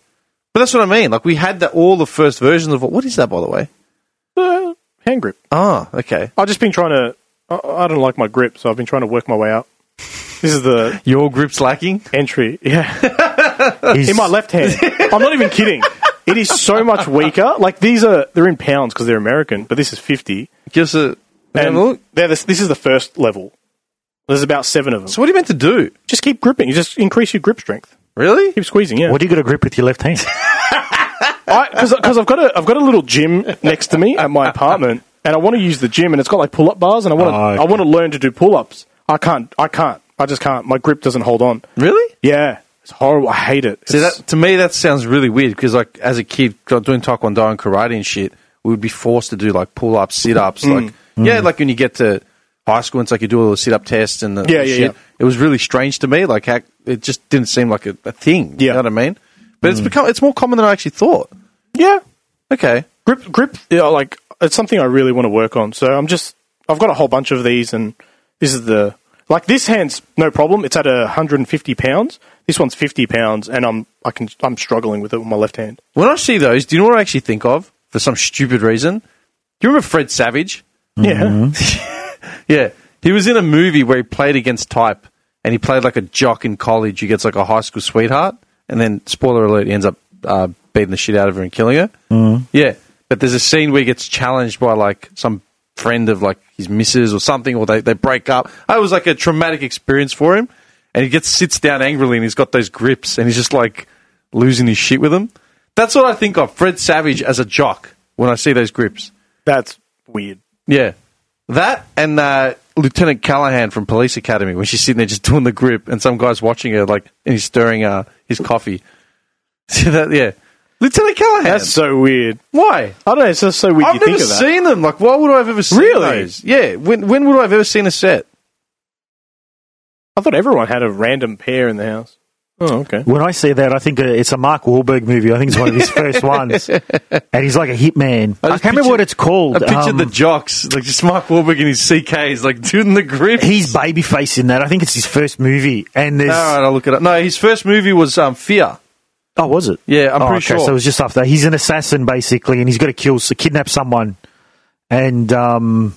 But that's what I mean. Like we had that all the first versions of what is that by the way? Uh, hand grip. Ah, okay. I've just been trying to. I, I don't like my grip, so I've been trying to work my way out. This is the Your grip's lacking. entry. Yeah, He's- in my left hand. I'm not even kidding. It is so much weaker. Like these are they're in pounds because they're American, but this is fifty. Give us a And and look. they're the, this is the first level. There's about seven of them. So what are you meant to do? just keep gripping. You just increase your grip strength. Really? Keep squeezing. Yeah, What do you got to grip with your left hand? because because I've got a I've got a little gym next to me at my apartment, and I want to use the gym, and it's got like pull up bars, and I want to Oh, okay. I want to learn to do pull ups. I can't. I can't. I just can't. My grip doesn't hold on. Really? Yeah, it's horrible. I hate it. See It's- that to me that sounds really weird because like as a kid go- doing taekwondo and karate and shit, we would be forced to do like pull ups, sit ups, Mm. like yeah, like when you get to high school, it's like you do all the sit up tests and the Yeah, the yeah, shit. yeah. It was really strange to me. Like how, it just didn't seem like a, a thing. Yeah. You know what I mean? But it's become it's more common than I actually thought. yeah. Okay. Grip grip. Yeah, like it's something I really want to work on. So I'm just I've got a whole bunch of these, and this is the like this hand's no problem. It's at a 150 pounds. This one's 50 pounds, and I'm I can I'm struggling with it with my left hand. When I see those, do you know what I actually think of? For some stupid reason. Do you remember Fred Savage? Yeah. Yeah. He was in a movie where he played against type and he played like a jock in college who gets like a high school sweetheart. And then, spoiler alert, he ends up uh, beating the shit out of her and killing her. Mm. Yeah. But there's a scene where he gets challenged by like some friend of like his missus or something, or they, they break up. It was like a traumatic experience for him. And he gets sits down angrily and he's got those grips and he's just like losing his shit with them. That's what I think of Fred Savage as a jock when I see those grips. That's weird. Yeah. That and uh, Lieutenant Callahan from Police Academy when she's sitting there just doing the grip and some guy's watching her like and he's stirring uh, his coffee. See that? Yeah. Lieutenant Callahan. That's so weird. why? I don't know. It's just so weird. I've you never think of that. seen them. Like, why would I have ever seen Really? those? Yeah. When when would I have ever seen a set? I thought everyone had a random pair in the house. Oh, okay. When I see that, I think uh, it's a Mark Wahlberg movie. I think it's one of his first ones, and he's like a hitman. I, can't just remember picture- what it's I called. pictured Um, the jocks, like just Mark Wahlberg in his CKs, like doing the grip. he's babyface in that. I think it's his first movie, and there's All right, I'll look it up. No, his first movie was um, Fear. oh, was it? Yeah, I'm Oh, pretty okay, sure. So it was just after that. He's an assassin basically, and he's got to kill, so kidnap someone, and um,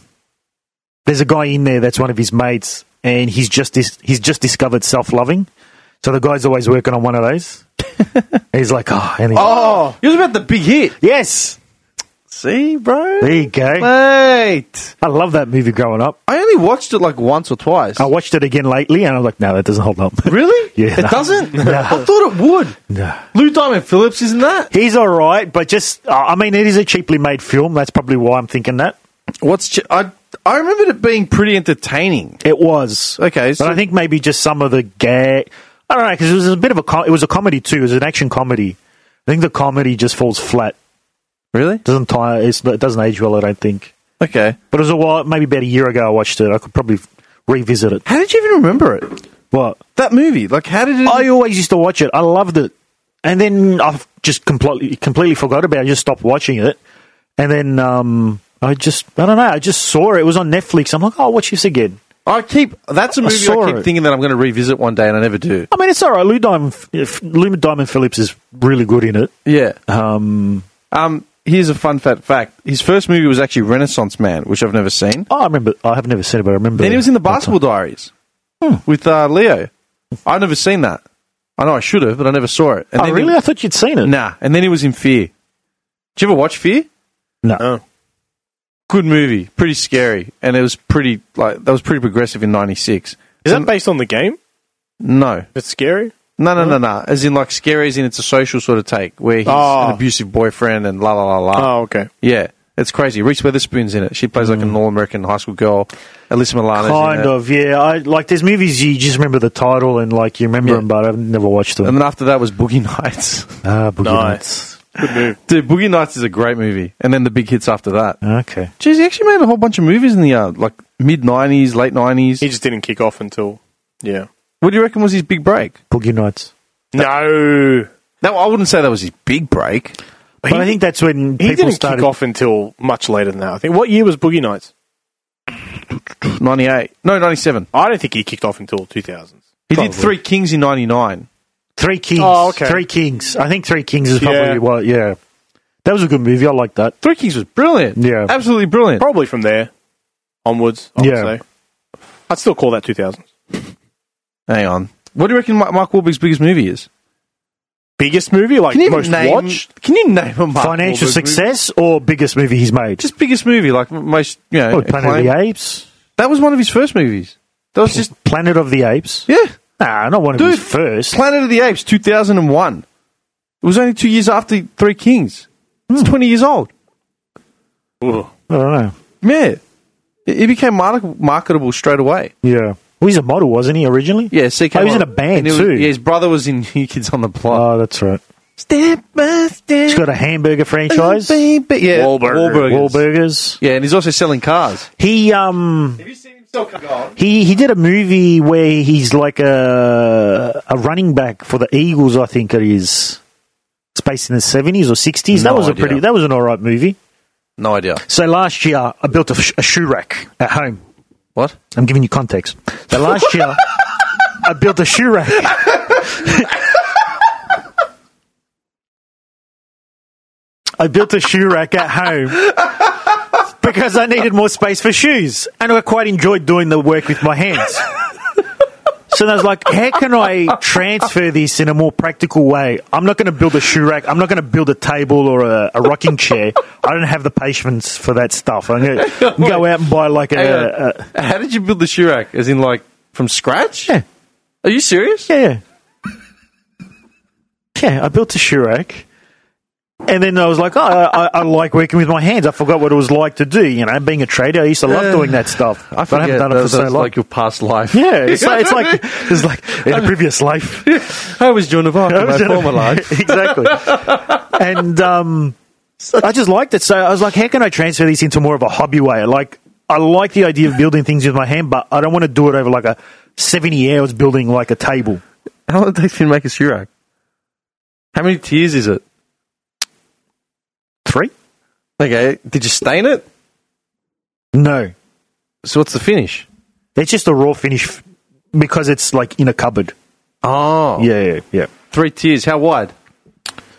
there's a guy in there that's one of his mates, and he's just dis- he's just discovered self loving. So the guy's always working on one of those. he's like, oh, and he- Oh, he was about the big hit. yes, See, bro. there you go. Mate. I love that movie growing up. I only watched it like once or twice. I watched it again lately, and I'm like, no, that doesn't hold up. really? Yeah. It doesn't? No. I thought it would. no. Lou Diamond Phillips, isn't that? He's all right, but just, uh, I I mean, it is a cheaply made film. That's probably why I'm thinking that. What's ch- I I remembered it being pretty entertaining. It was. Okay, But I so think maybe just some of the gag. I don't know, because it was a bit of a, co- it was a comedy too. It was an action comedy. I think the comedy just falls flat. really Doesn't tie, it's, it doesn't age well, I don't think. okay. But it was a while, maybe about a year ago I watched it. I could probably revisit it. How did you even remember it? But That movie, like, how did it? I always used to watch it. I loved it, and then I just completely completely forgot about it. I just stopped watching it, and then um, I just I don't know. I just saw it. It was on Netflix. I'm like, oh, I'll watch this again. I keep that's a movie I, saw keep it. thinking that I'm going to revisit one day, and I never do. I mean, it's all right. Lou Diamond, if- Lou Diamond Phillips is really good in it. Yeah. Um, Um. here's a fun fat fact. His first movie was actually Renaissance Man, which I've never seen. Oh, I remember. I have never seen it, but I remember. Then he was in the Basketball Diaries with uh, Leo. I've never seen that. I know I should have, but I never saw it. And Oh, then really? He, I thought you'd seen it. nah. And then he was in Fear. Did you ever watch Fear? Oh. No. Good movie, pretty scary, and it was pretty like that was pretty progressive in '96. Is that based on the game? No, It's scary. no, no, no, no. As in like scary, as in it's a social sort of take where he's Oh. an abusive boyfriend and la la la la. Oh, okay. Yeah, it's crazy. Reese Witherspoon's in it. She plays like an all American high school girl. Alyssa Milano's in Kind it. of, yeah. I like there's movies you just remember the title and like you remember Yeah. Um, them, but I've never watched them. And then after that was Boogie Nights. ah, Boogie Nice. Good move. Dude, Boogie Nights is a great movie. And then the big hits after that. Nights. Okay. Jeez, he actually made a whole bunch of movies in the uh, like mid '90s, late '90s. He just didn't kick off until. Yeah. what do you reckon was his big break? Boogie Nights. No. No, I wouldn't say that was his big break. But I think that's when He people didn't started. kick off until much later than that. I think. What year was Boogie Nights? '98, no, '97. I don't think he kicked off until 2000s. He Probably. did Three Kings in '99. Three Kings. Oh, okay. Three Kings. I think Three Kings is probably Yeah. what. Yeah, that was a good movie. I like that. Three Kings was brilliant. Yeah. absolutely brilliant. Probably from there onwards. I Yeah. would say. I'd still call that 2000s. Hang on. What do you reckon Ma- Mark Wahlberg's biggest movie is? Biggest movie, like Can you most name? watched. Can you name a Mark Financial Wahlberg Movie? success or biggest movie he's made? Just biggest movie, like m- most. You know, oh, Planet of acclaimed. the Apes. That was one of his first movies. That was just Planet of the Apes. yeah. Nah, not one of Dude. his first. Planet of the Apes, 2001. It was only two years after Three Kings. It's 20 years old. Ugh. I don't know. Yeah. It it became market- marketable straight away. Yeah, well, he's a model, wasn't he originally? Yeah, CK. Oh, he was in a Lawrence. band, And it was- too. Yeah, his brother was in New Kids on the Block. Oh, that's right. step by step. He's got a hamburger franchise. Baby. Yeah, Wahlburgers. Wahlburgers. Wahlburgers. Yeah, and he's also selling cars. He um Have you seen him sell cars? he he did a movie where he's like a a running back for the Eagles, I think it is. It's based in the seventies or sixties. that No was a idea. pretty. That was an all right movie. No idea. So last year I built a, sh- a shoe rack at home. What? I'm giving you context. So last year I built a shoe rack. I built a shoe rack at home because I needed more space for shoes, and I quite enjoyed doing the work with my hands. So then I was like, how can I transfer this in a more practical way? I'm not going to build a shoe rack. I'm not going to build a table or a, a rocking chair. I don't have the patience for that stuff. I'm going to go out and buy like Hang on. a, a, Uh, How did you build the shoe rack? As in, like, from scratch? uh, Yeah. Are you serious? Yeah, yeah. Yeah, I built a shoe rack. And then I was like, oh, I, I, I like working with my hands. I forgot what it was like to do. You know, being a trader, I used to love Yeah. doing that stuff. I but I forget. haven't done it for That- so that's long. like your past life. yeah, it's like, it's like it's like in a previous life. I was Joan of Arc in my former life. exactly. And um, I just liked it. So I was like, how can I transfer this into more of a hobby way? Like, I like the idea of building things with my hand, but I don't want to do it over like a 70 hours building like a table. How long did it take you to make a shoe rack? How many tiers is it? Three? Okay, did you stain it? No. So what's the finish? It's just a raw finish f- because it's like in a cupboard. Oh, Yeah, yeah, yeah. three tiers. How wide?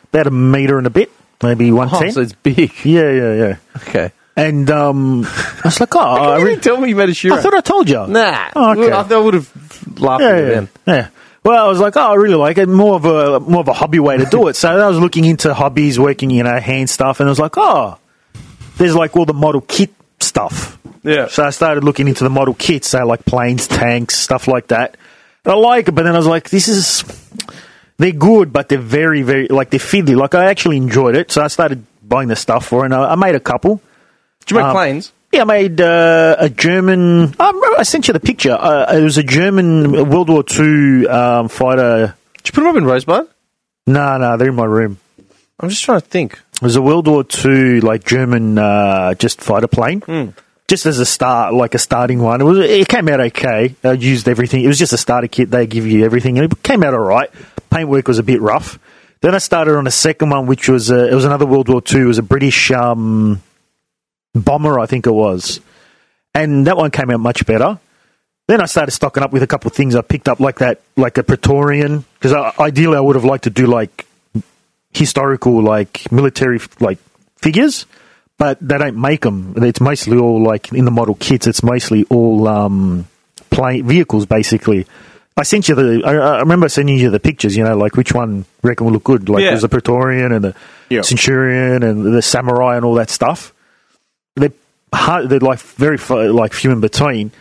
About a meter and a bit, maybe one Oh, ten. so it's big. yeah, yeah, yeah. Okay, And um, I was like, oh, I, Uh, I re- didn't tell me you made a shoe I rack. thought I told you. nah, Oh, okay. I, would have laughed yeah, at you yeah, then. yeah. Well, I was like, oh, I really like it. More of a more of a hobby way to do it. so I was looking into hobbies, working, you know, hand stuff, and I was like, oh, there's like all the model kit stuff. Yeah. So I started looking into the model kits, so like planes, tanks, stuff like that. And I like it, but then I was like, this is. They're good, but they're very, very like they're fiddly. Like I actually enjoyed it, so I started buying the stuff for, it, and I, I made a couple. Did you make planes? Yeah, I made uh, a German. I, remember I sent you the picture. Uh, it was a German World War II um, fighter. Did you put them up in Rosebud? No, no, they're in my room. I'm just trying to think. It was a World War II like German uh, just fighter plane. Just as a start, like a starting one, it, was, it came out okay. I used everything. It was just a starter kit. They give you everything, and it came out all right. Paintwork was a bit rough. Then I started on a second one, which was uh it was another World War II. It was a British um, bomber, I think it was, and that one came out much better. Then I started stocking up with a couple of things I picked up, like that, like a Praetorian, because ideally I would have liked to do like historical like military like figures, but they don't make them. It's mostly all like in the model kits. It's mostly all um, play vehicles, basically. I sent you the. I, I remember sending you the pictures. You know, like which one you reckon will look good. Like Yeah. there's the Praetorian and the Yeah. Centurion and the Samurai and all that stuff. They're hard, they're like very fu- like few in between.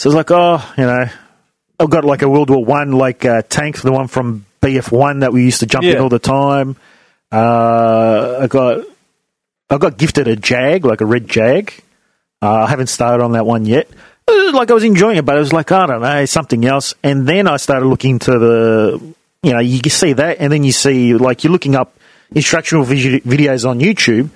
So it's like, oh, you know, I've got like a World War One like uh, tank, the one from BF One that we used to jump in Yeah. all the time. Uh, I got I got gifted a Jag, like a red Jag. Uh, I haven't started on that one yet. Uh, Like I was enjoying it, but it was like I don't know it's something else. And then I started looking to the, you know, you can see that, and then you see like you're looking up instructional visi- videos on YouTube,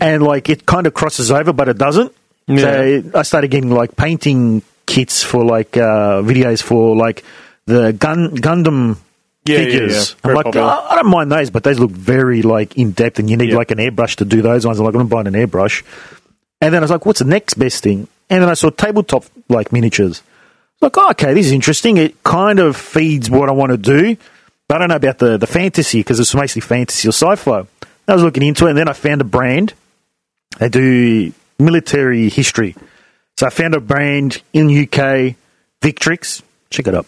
and like it kind of crosses over, but it doesn't. So I started getting like painting kits for like uh, videos for like the Gun Gundam Yeah, yeah, figures. yeah. Very I'm like, popular. I, I don't mind those, but those look very like in depth, and you need Yeah. like an airbrush to do those ones. I'm like, I'm not buying an airbrush. And then I was like, what's the next best thing? And then I saw tabletop like miniatures. Like, oh, okay, this is interesting. It kind of feeds what I want to do. But I don't know about the, the fantasy because it's mostly fantasy or sci fi. I was looking into it, and then I found a brand. They do military history. So I found a brand in UK, Victrix. Check it up.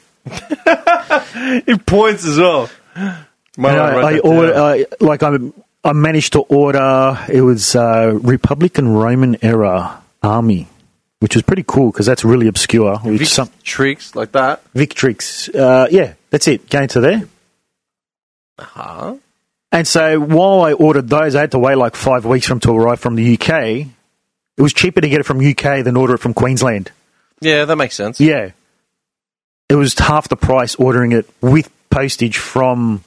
It points as well. Might And wanna write I, I, that or, down. I like I, I managed to order. It was uh, Republican Roman era army, which was pretty cool because that's really obscure. Which Vic- some tricks like that. Victrix, uh, yeah, that's it. Going to there. Huh? And so while I ordered those, I had to wait like five weeks for them to arrive from the UK. It was cheaper to get it from UK than order it from Queensland. Yeah, that makes sense. Yeah. It was half the price ordering it with postage from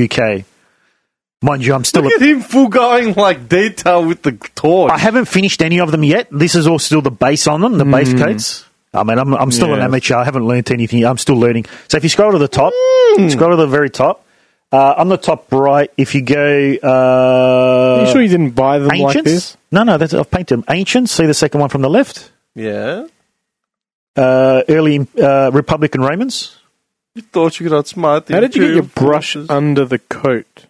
UK. Mind you, I'm still a Look at him full going like detail with the torch. I haven't finished any of them yet. This is all still the base on them, the base coats. I mean, I'm, I'm still an Hmm. Yeah. amateur. I haven't learnt anything. I'm still learning. So if you scroll to the top, Hmm. scroll to the very top. Uh, on the top right, if you go uh, Are you sure you didn't buy them ancients, like this? no, no, that's I've painted them. Ancients. See the second one from the left. yeah. Uh, early uh, Republican Romans. You thought you could outsmart the How did you get your Imperial brush forces. under the coat?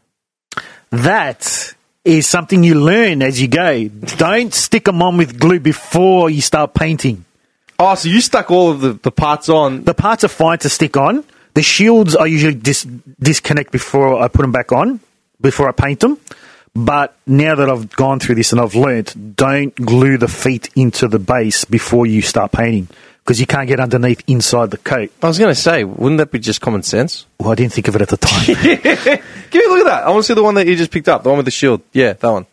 That is something you learn as you go. Don't stick them on with glue before you start painting. Oh, so you stuck all of the, the parts on. the parts are fine to stick on. The shields I usually dis- disconnect before I put them back on, before I paint them. But now that I've gone through this and I've learnt, don't glue the feet into the base before you start painting because you can't get underneath inside the coat. I was going to say, wouldn't that be just common sense? Well, I didn't think of it at the time. Give me a look at that. I want to see the one that you just picked up, the one with the shield. Yeah, that one.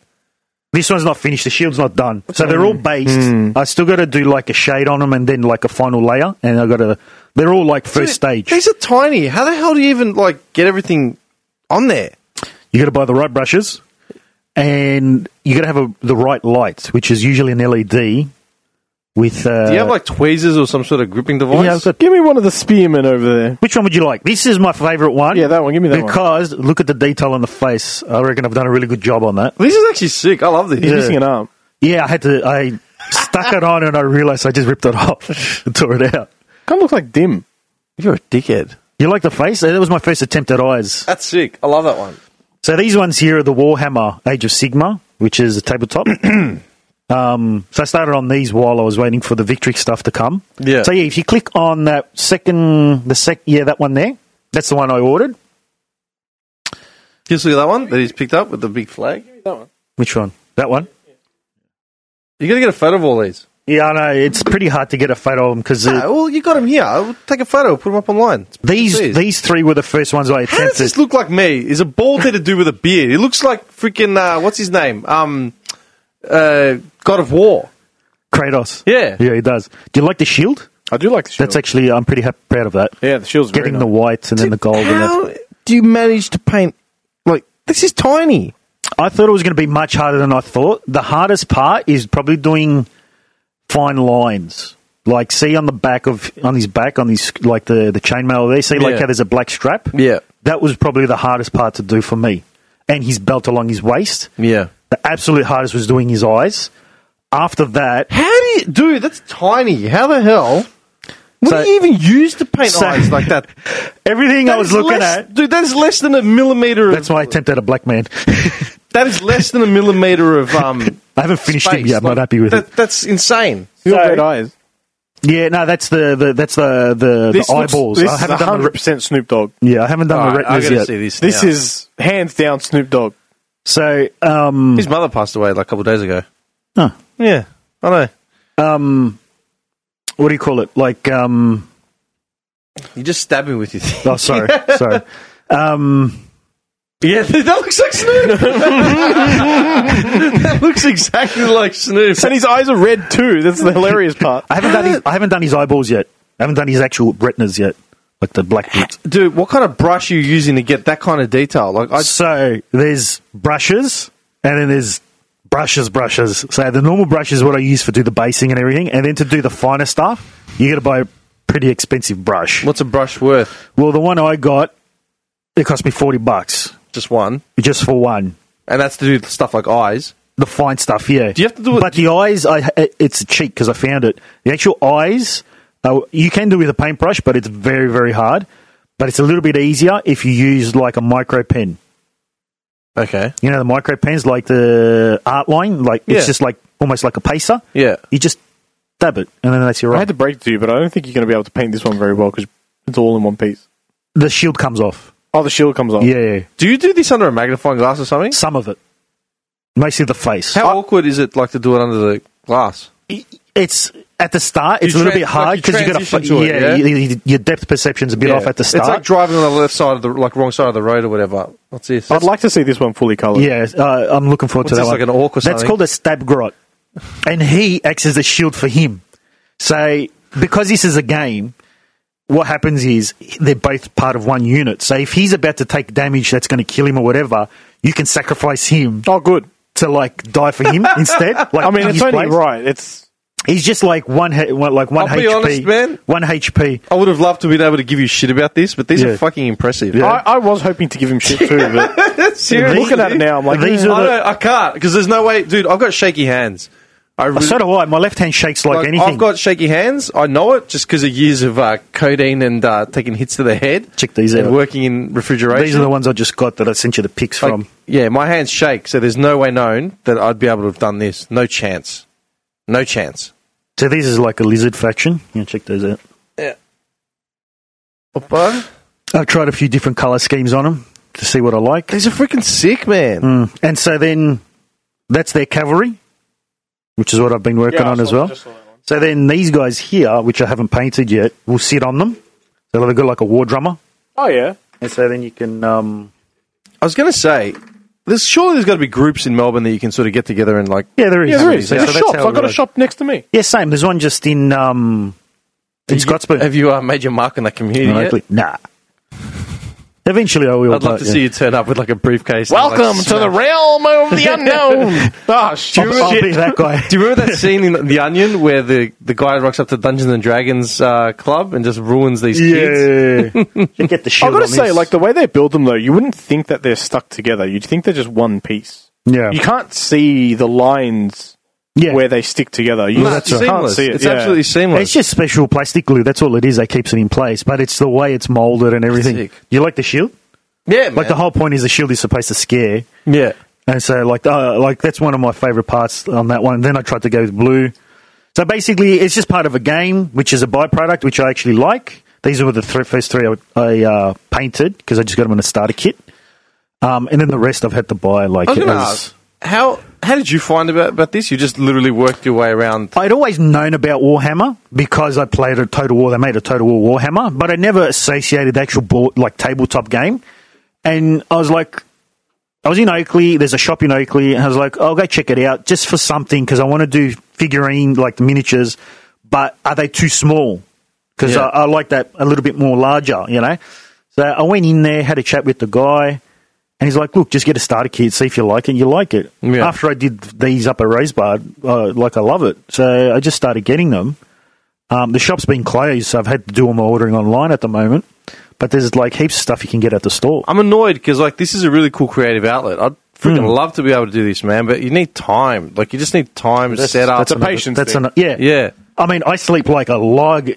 this one's not finished. The shield's not done, so they're all Hmm. based. I still got to do like a shade on them and then like a final layer, and I got to. They're all like first stage. These are tiny. How the hell do you even like get everything on there? You got to buy the right brushes, and you got to have a, the right light, which is usually an LED. With uh, Do you have like tweezers or some sort of gripping device? Yeah, I've got- Give me one of the spearmen over there. which one would you like? This is my favorite one. Yeah, that one. Give me that one. because look at the detail on the face. I reckon I've done a really good job on that. this is actually sick. I love this. He's missing an arm. Yeah, I had to. I stuck it on, and I realized I just ripped it off and tore it out. Kind of looks like Dim. You're a dickhead. You like the face? That was my first attempt at eyes. That's sick. I love that one. So these ones here are the Warhammer Age of Sigma, which is a tabletop. um, so I started on these while I was waiting for the Victrix stuff to come. Yeah. So yeah, if you click on that second, the sec, yeah, that one there, that's the one I ordered. Just look at that one that he's picked up with the big flag. Which one? That one. You got to get a photo of all these. Yeah, I know it's pretty hard to get a photo of them because Ah, well, you got them here. I'll take a photo, put them up online. these Please. these three were the first ones I How does attempted. this look like me? Is a bald headed dude with a beard? He looks like freaking uh, what's his name? Um, uh, God of War. Kratos. Yeah. yeah, he does. Do you like the shield? I do like the shield. That's actually I'm pretty happy, proud of that. yeah, the shield's Getting very the nice. white and then the gold. and that. How do you manage to paint? Like this is tiny. I thought it was going to be much harder than I thought. The hardest part is probably doing fine lines. Like see on the back of on his back on his like the the chainmail there. See like Yeah. how there's a black strap. Yeah. that was probably the hardest part to do for me. And his belt along his waist. Yeah. The absolute hardest was doing his eyes. After that, How do you, dude? That's tiny. How the hell? What So- do you even use to paint So- eyes like that? everything I That was is looking less- at. dude. That's less than a millimeter. That's of, my attempt at a black man. That is less than a millimeter of um. I haven't finished space. it yet. I'm Like, not happy with that, it. That's insane. Your So- red eyes. Yeah, no, that's the, the that's the the, the This looks- eyeballs. This I haven't is done the, 100 percent Snoop Dogg. yeah, I haven't done All the right, I retinas gotta yet. see this. This now. is hands down Snoop Dogg. So, um, his mother passed away like a couple of days ago. Huh. Yeah, I know. um, what do you call it? Like, um, You just stab him with your thing. oh, sorry, sorry. Um, Yeah, that looks like Snoop. that looks exactly like Snoop. And his eyes are red too. That's the hilarious part. I haven't done his, I haven't done his eyeballs yet. I haven't done his actual retinas yet, like the black bits. Dude, what kind of brush are you using to get that kind of detail? Like, I So there's brushes, and then there's brushes, brushes. So the normal brush is what I use for do the basing and everything, and then to do the finer stuff, you got to buy a pretty expensive brush. what's a brush worth? Well, the one I got, it cost me forty bucks Just one, just for one. and that's to do stuff like eyes. The fine stuff, yeah. Do you have to do it- But the eyes, I it- it's cheap because I found it. The actual eyes, uh, you can do with a paintbrush, but it's very very hard. But it's a little bit easier if you use like a micro pen. Okay. You know the micro pens, like the art line, like Yeah. it's just like almost like a pacer. Yeah. You just dab it, and then that's I your right. had to break it to you, but I don't think you're going to be able to paint this one very well because it's all in one piece. The shield comes off. Oh, the shield comes off. Yeah, yeah, Do you do this under a magnifying glass or something? some of it, mostly the face. How awkward is it like to do it under the glass? it's at the start. It's You a little tran- bit hard like you because you got transition to to it, yeah? yeah, you- you- your depth perception's a bit off at the It's like start. driving on the left side of the like wrong side of the road or whatever. What's this? I'd like to see this one fully coloured. yeah, uh, I'm looking forward to What's that this, one. like an orc or That's something? called a stab grot, and he acts as a shield for him. So because this is a game, what happens is they're both part of one unit. So if he's about to take damage that's going to kill him or whatever, you can sacrifice him Oh, good. to like die for him instead. Like I mean, in it's his only place. right. It's He's just like one, he- one like one I'll HP, be honest, man. one HP. I would have loved to have been able to give you shit about this, but these Yeah. are fucking impressive. I, I was hoping to give him shit too, but Seriously? looking at it now, I'm like, These I, are the- don't- I can't because there's no way, dude. I've got shaky hands. I really, So do I. My left hand shakes like, like, anything. I've got shaky hands. I know it just because of years of uh, codeine and uh, taking hits to the head. Check these and out. working in refrigeration. These are the ones I just got that I sent you the pics Like, from. Yeah, my hands shake, so there's no way known that I'd be able to have done this. No chance. No chance. So these is like a lizard faction. Yeah, check those out. Oppo? I've tried a few different color schemes on them to see what I like. These are freaking sick, man. Mm. And so then that's their cavalry, which is what I've been working on as well. So then these guys here, which I haven't painted yet, will sit on them. So they've got like a war drummer. oh yeah. And so then you can. Um, I was going to say, there's surely there's got to be groups in Melbourne that you can sort of get together and like. yeah, there is. Yeah, there is. So There's that's shops. how it I've got a works. shop next to me. Yeah, same. There's one just in um, in Scottsburn. Have you uh, made your mark in that community? yet? Exactly. Nah. Eventually, I will. I'd love but, to yeah. see you turn up with like a briefcase. and, like, smash- realm of the unknown. oh shit. I'll, I'll be that guy. Do you remember that scene in The Onion where the, the guy rocks up to Dungeons and Dragons uh, club and just ruins these kids? You get the shit. I've got to on say, this. like the way they build them, though, you wouldn't think that they're stuck together. You'd think they're just one piece. yeah, You can't see the lines yeah. where they stick together. You No, just it's seamless. can't see it. It's yeah. absolutely seamless. it's just special plastic glue. That's all it is that keeps it in place. But it's the way it's molded and everything. Sick. You like the shield? yeah, Like the whole point is the shield is supposed to scare. yeah. And so, like, uh, like that's one of my favorite parts on that one. Then I tried to go with blue. So basically, it's just part of a game, which is a byproduct, which I actually like. These were the th- first three I, I uh, painted because I just got them in a starter kit. Um, and then the rest I've had to buy. Like, I Oh, was going to as- ask how how did you find about, about this? You just literally worked your way around. I'd always known about Warhammer because I played a Total War. They made a Total War Warhammer, but I never associated the actual board like tabletop game. And I was like, I was in Oakley. There's a shop in Oakley, and I was like, I'll go check it out just for something because I want to do figurine like miniatures, but are they too small? Because Yeah. I, I like that a little bit more larger, you know. So I went in there, had a chat with the guy. And he's like, look, just get a starter kit, see if you like it. You like it. Yeah. After I did these up at Rosebud, uh, like I love it. So I just started getting them. Um, the shop's been closed, so I've had to do all my ordering online at the moment. But there's like heaps of stuff you can get at the store. I'm annoyed because like this is a really cool creative outlet. I'd freaking Hmm. love to be able to do this, man. But you need time. Like you just need time to set up. that's a and- patience That's thing. an, yeah. yeah, I mean, I sleep like a log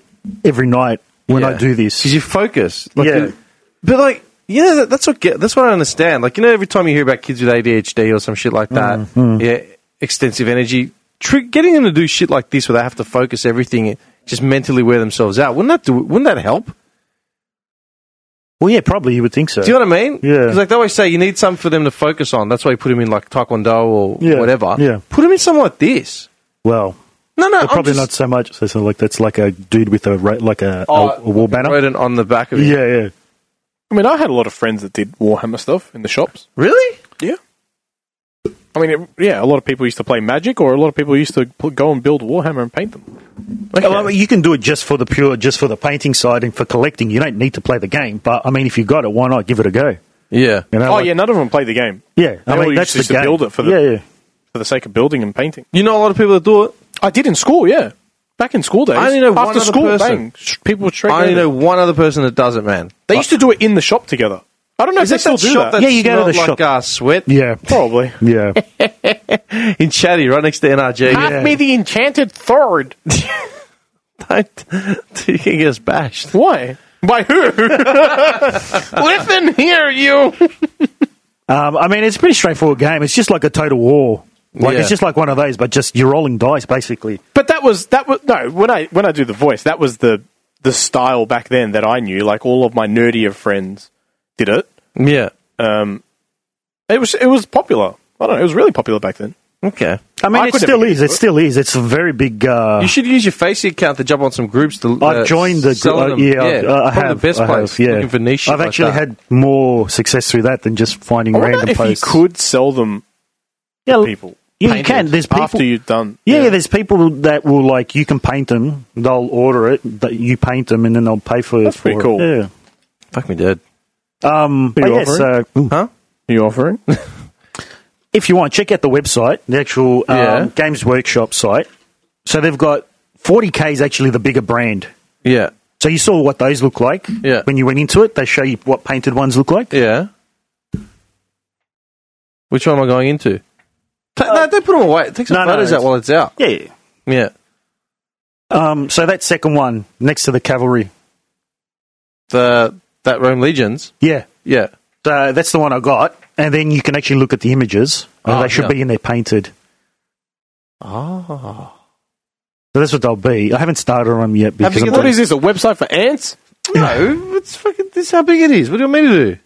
every night when I do because this. you focus. Like, Yeah. you- but like You know that, that's what get, that's what I understand. Like you know, every time you hear about kids with ADHD or some shit like that, Mm-hmm. yeah, extensive energy, tri- getting them to do shit like this where they have to focus everything, just mentally wear themselves out. Wouldn't that do? Wouldn't that help? Well, yeah, probably you would think so. Do you know what I mean? Yeah. 'Cause, like they always say, you need something for them to focus on. That's why you put them in like taekwondo or Yeah, whatever. yeah. Put them in something like this. well, No, no, well, I'm probably just- not so much. So, so like that's like a dude with a ra- like a, Oh, a, a wall banner. Rodent on the back of it. Yeah, yeah. I mean, I had a lot of friends that did Warhammer stuff in the shops. Really? Yeah. I mean, it, yeah, a lot of people used to play Magic, or a lot of people used to pl- go and build Warhammer and paint them. Well, I mean, you can do it just for the pure, just for the painting side and for collecting. You don't need to play the game, but I mean, if you got it, why not give it a go? Yeah. You know, oh like- yeah, none of them played the game yeah. They I all mean, that's the used to game. build it for the- yeah, yeah. for the sake of building and painting. You know a lot of people that do it. I did in school, yeah. Back in school days, I only know after one other school, person. bang, sh- people would straight. I only over. know one other person that does it, man. they used to do it in the shop together. I don't know Is if that they still that do shop that. that's Yeah, you go to not the like shop. Uh, sweat Yeah, Probably. yeah. in Chatty, right next to NRG. Pass me the enchanted third. Don't, you can get us bashed. Why? By who? Listen here, you. Um, I mean, it's a pretty straightforward game. It's just like a total war. Like Yeah. it's just like one of those, but just you're rolling dice basically. But that was that was no. When I when I do the voice, that was the the style back then that I knew. Like all of my nerdier friends did it. Yeah. Um, it was it was popular. I don't know. It was really popular back then. Okay. I mean, I it could still never get is. It still is. It's a very big. Uh, You should use your Facey account to jump on some groups to. I've joined the group. selling Uh, them. yeah, I- I, I probably have. the best I have, place. yeah. Looking for niche. shit I've like actually that. had more success through that than just finding I wonder random if posts. you could sell them yeah, people yeah, you paint can. it There's people. after you've done. yeah, yeah, there's people that will like you can paint them. They'll order it. That you paint them, and then they'll pay for. That's for pretty it. cool. Yeah. Fuck me dead. Um, Are but you yes, offering? uh, ooh. Huh? you offering? if you want, check out the website, the actual um, Yeah. Games Workshop site. So they've got 40K is actually the bigger brand. Yeah. So you saw what those look like Yeah. when you went into it. They show you what painted ones look like. Yeah. Which one am I going into? Ta- Uh, no, don't put them away. Take some no, no, photos out it's- while it's out. Yeah. Yeah. Um, so that second one next to the cavalry. The that Rome Legions. Yeah. Yeah. So that's the one I got. And then you can actually look at the images. and Oh, they should yeah. be in there painted. Oh. So that's what they'll be. I haven't started on them yet. Because I'm what is this? A website for ants? No, it's fucking. This is how big it is. What do you want me to do?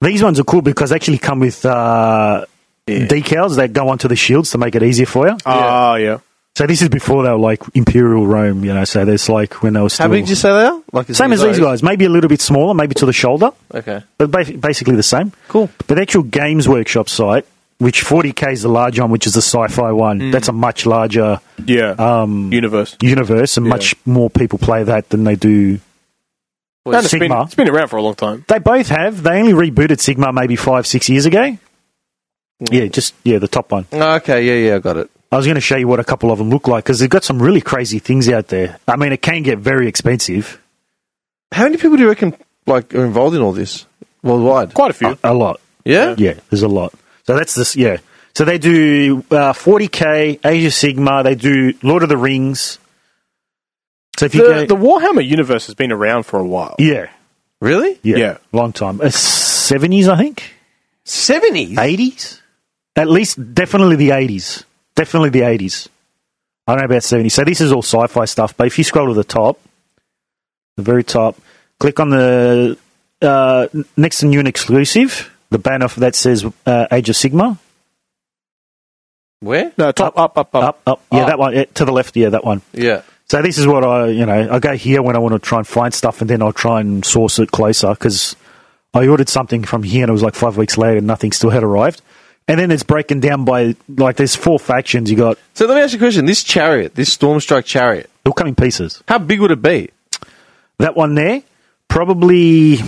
These ones are cool because they actually come with uh, decals that go onto the shields to make it easier for you. Ah, yeah. So this is before they were like Imperial Rome, you know. So there's like when they were still How big did you say they are? Like it's same as these those? guys, maybe a little bit smaller, maybe to the shoulder, Okay. but ba- basically the same. Cool. But the actual Games Workshop site, which 40k is the large one, which is the sci-fi one, Hmm. that's a much larger Yeah. um, Universe. universe, and Yeah. much more people play that than they do. And it's been, Sigma. it's been around for a long time. They both have. They only rebooted Sigma maybe five, six years ago. Hmm. Yeah, just yeah, the top one. Oh, Okay. Yeah. Yeah. I got it. I was going to show you what a couple of them look like because they've got some really crazy things out there. I mean, it can get very expensive, How many people do you reckon like are involved in all this worldwide? Quite a few. a, a lot. Yeah. Yeah, there's a lot. So that's this. Yeah. So they do uh, 40k, Age of Sigma. They do Lord of the Rings. So if you The, go, the Warhammer universe has been around for a while. yeah, Really? yeah, Yeah. long time. Uh, Seventies, I think. Seventies. Eighties, at least. Definitely the eighties. Definitely the eighties. I don't know about seventies. So this is all sci-fi stuff. But if you scroll to the top, the very top, click on the uh, next and new and exclusive. The banner for that says uh, Age of Sigma. Where? No, top, up, up, up. up, up. Yeah, Up. that one yeah, to the left. Yeah, that one. Yeah. So this is what I, you know, I go here when I want to try and find stuff, and then I'll try and source it closer because I ordered something from here, and it was like five weeks later, and nothing still had arrived. And then it's breaking down by like there's four factions. You got So let me ask you a question. This chariot, this Stormstrike chariot, it'll come in pieces. how big would it be? That one there, probably.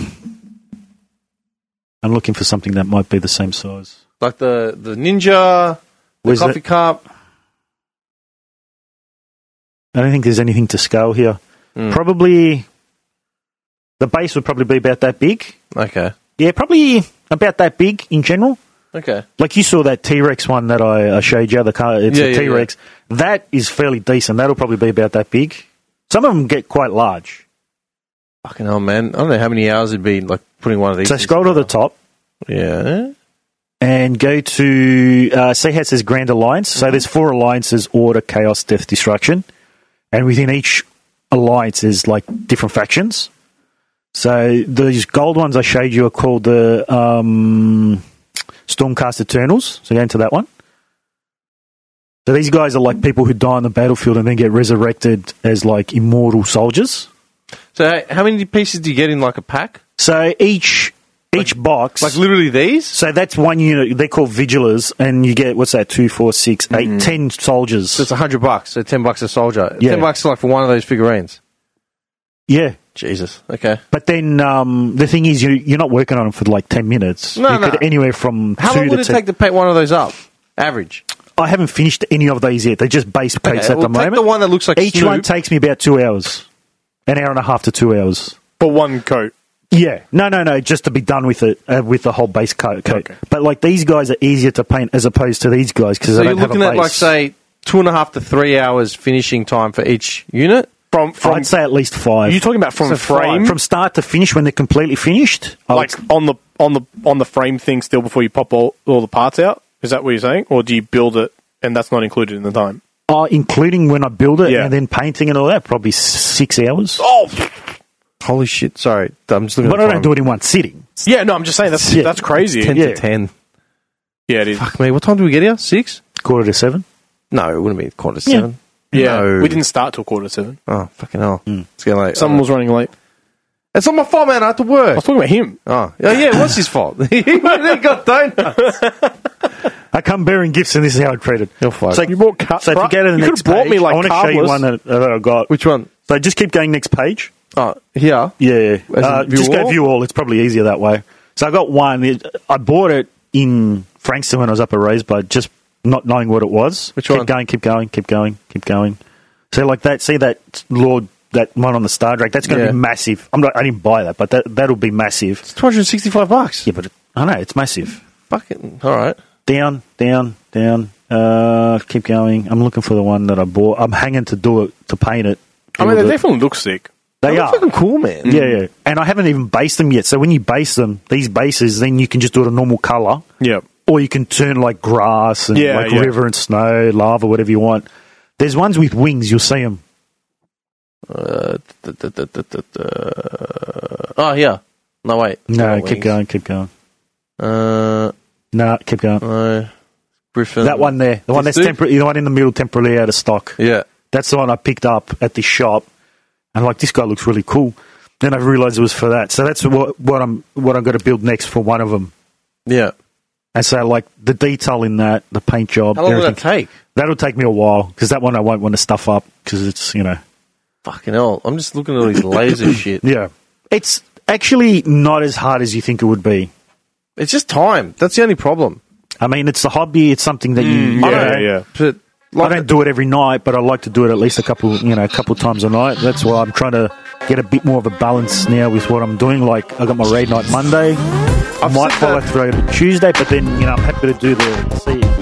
I'm looking for something that might be the same size. Like the the ninja, the Where's coffee that? cup. I don't think there's anything to scale here. Hmm. Probably the base would probably be about that big. Okay. Yeah, probably about that big in general. Okay. Like you saw that T Rex one that I, I showed you, the car, it's Yeah, a yeah, T Rex. That is fairly decent. That'll probably be about that big. Some of them get quite large. Fucking hell, man. I don't know how many hours it'd be like putting one of these. So scroll to the top Yeah. and go to uh, see how it says Grand Alliance. Mm-hmm. So there's four alliances: Order, Chaos, Death, Destruction, and within each alliance is like different factions. So these gold ones I showed you are called the um, Stormcast Eternals. So go into that one. So these guys are like people who die on the battlefield and then get resurrected as like immortal soldiers. So h- how many pieces do you get in like a pack? So each each box Like literally these? So that's one unit. They're called vigilers, and you get what's that? Two, four, six, eight, ten soldiers. So it's Mm. a hundred bucks. So ten bucks a soldier. Yeah. Ten bucks like for one of those figurines. yeah, Jesus. Okay. but then um, the thing is, you you're not working on them for like ten minutes. No, you no. could anywhere from How two long to would it ten. take to paint one of those up? Average. I haven't finished any of these yet. They're just base Okay, plates at we'll the take moment. the one that looks like Each one Snoop. takes me about two hours, an hour and a half to two hours. for one coat. Yeah, no, no, no. Just to be done with it, uh, with the whole base coat. coat. Okay. But like these guys are easier to paint as opposed to these guys because So they you're don't have a looking base. at like say two and a half to three hours finishing time for each unit. From from I'd say at least are five. you talking about from So frame from start to finish when they're completely finished. Oh, I would like on the on the on the frame thing still before you pop all, all the parts out? Is that what you're saying, or do you build it and that's not included in the time? Oh, including when I build it Yeah. and then painting and all that, probably s- six hours. Oh Holy shit! Sorry, I'm just looking. but at I the don't do time. it in one sitting. yeah, no, I'm just saying that's Yeah. that's crazy. Ten Yeah. to ten. Yeah, it is. Fuck me. What time do we get here? Six? Quarter to seven. No, it wouldn't be quarter to Yeah. seven. Yeah, No. we didn't start till quarter to seven. Oh fucking hell! Hmm. It's getting late. Someone was running late. It's not my fault, man. I have to work. I was talking about him. Oh, yeah, yeah, what's his fault? he got donuts. I come bearing gifts and this is how I treat it. You're fired. So, You bought cut. so if you go to the you next could have brought page, me like I want to show you carbless. one that, that I got. Which one? So just keep going next page. Oh, here. Yeah, yeah. As in Uh, view just go all? view all. It's probably easier that way. So I got one. It- I bought it in Frankston when I was up at Rosebud, just not knowing what it was. Which keep one? going, keep going, keep going, keep going. So like that, see that Lord, that one on the Star Trek. That's going to Yeah. be massive. I'm not. I didn't buy that, but that that'll be massive. 265 bucks. Yeah, but it, I know it's massive. Fucking, all right. Down, down, down. Uh, keep going. I'm looking for the one that I bought. I'm hanging to do it to paint it. I mean, Build they it. definitely look sick. They They are. are fucking cool, man. Yeah, yeah. And I haven't even based them yet. So when you base them, these bases, then you can just do it a normal color, Yeah, or you can turn like grass and Yeah, like yeah. river and snow, lava, whatever you want. There's ones with wings. You'll see them. Uh, da, da, da, da, da, da. Oh, yeah. No, wait. Not No, keep wings. going, keep going. Uh, No, keep going. no. Griffin. that one there, the one Uh, This that's dude? temporary, the one in the middle, temporarily out of stock. Yeah. That's the one I picked up at the shop, and like this guy looks really cool. Then I realized it was for that. So that's what what I'm what I'm going to build next for one of them. Yeah. And so like the detail in that, the paint job, How long will everything. that take? That'll take me a while because that one I won't want to stuff up because it's you know Fucking hell. I'm just looking at all these laser shit. yeah it's actually not as hard as you think it would be. It's just time. That's the only problem. I I mean it's a hobby. It's something that you I, Mm, yeah, don't, yeah. But, I don't do it every night, but I like to do it at least a couple you know a couple times a night. That's why I'm trying to get a bit more of a balance now with what I'm doing. Like I got my raid night Monday. I might said follow that- through to Tuesday, but then you know I'm happy to do the see.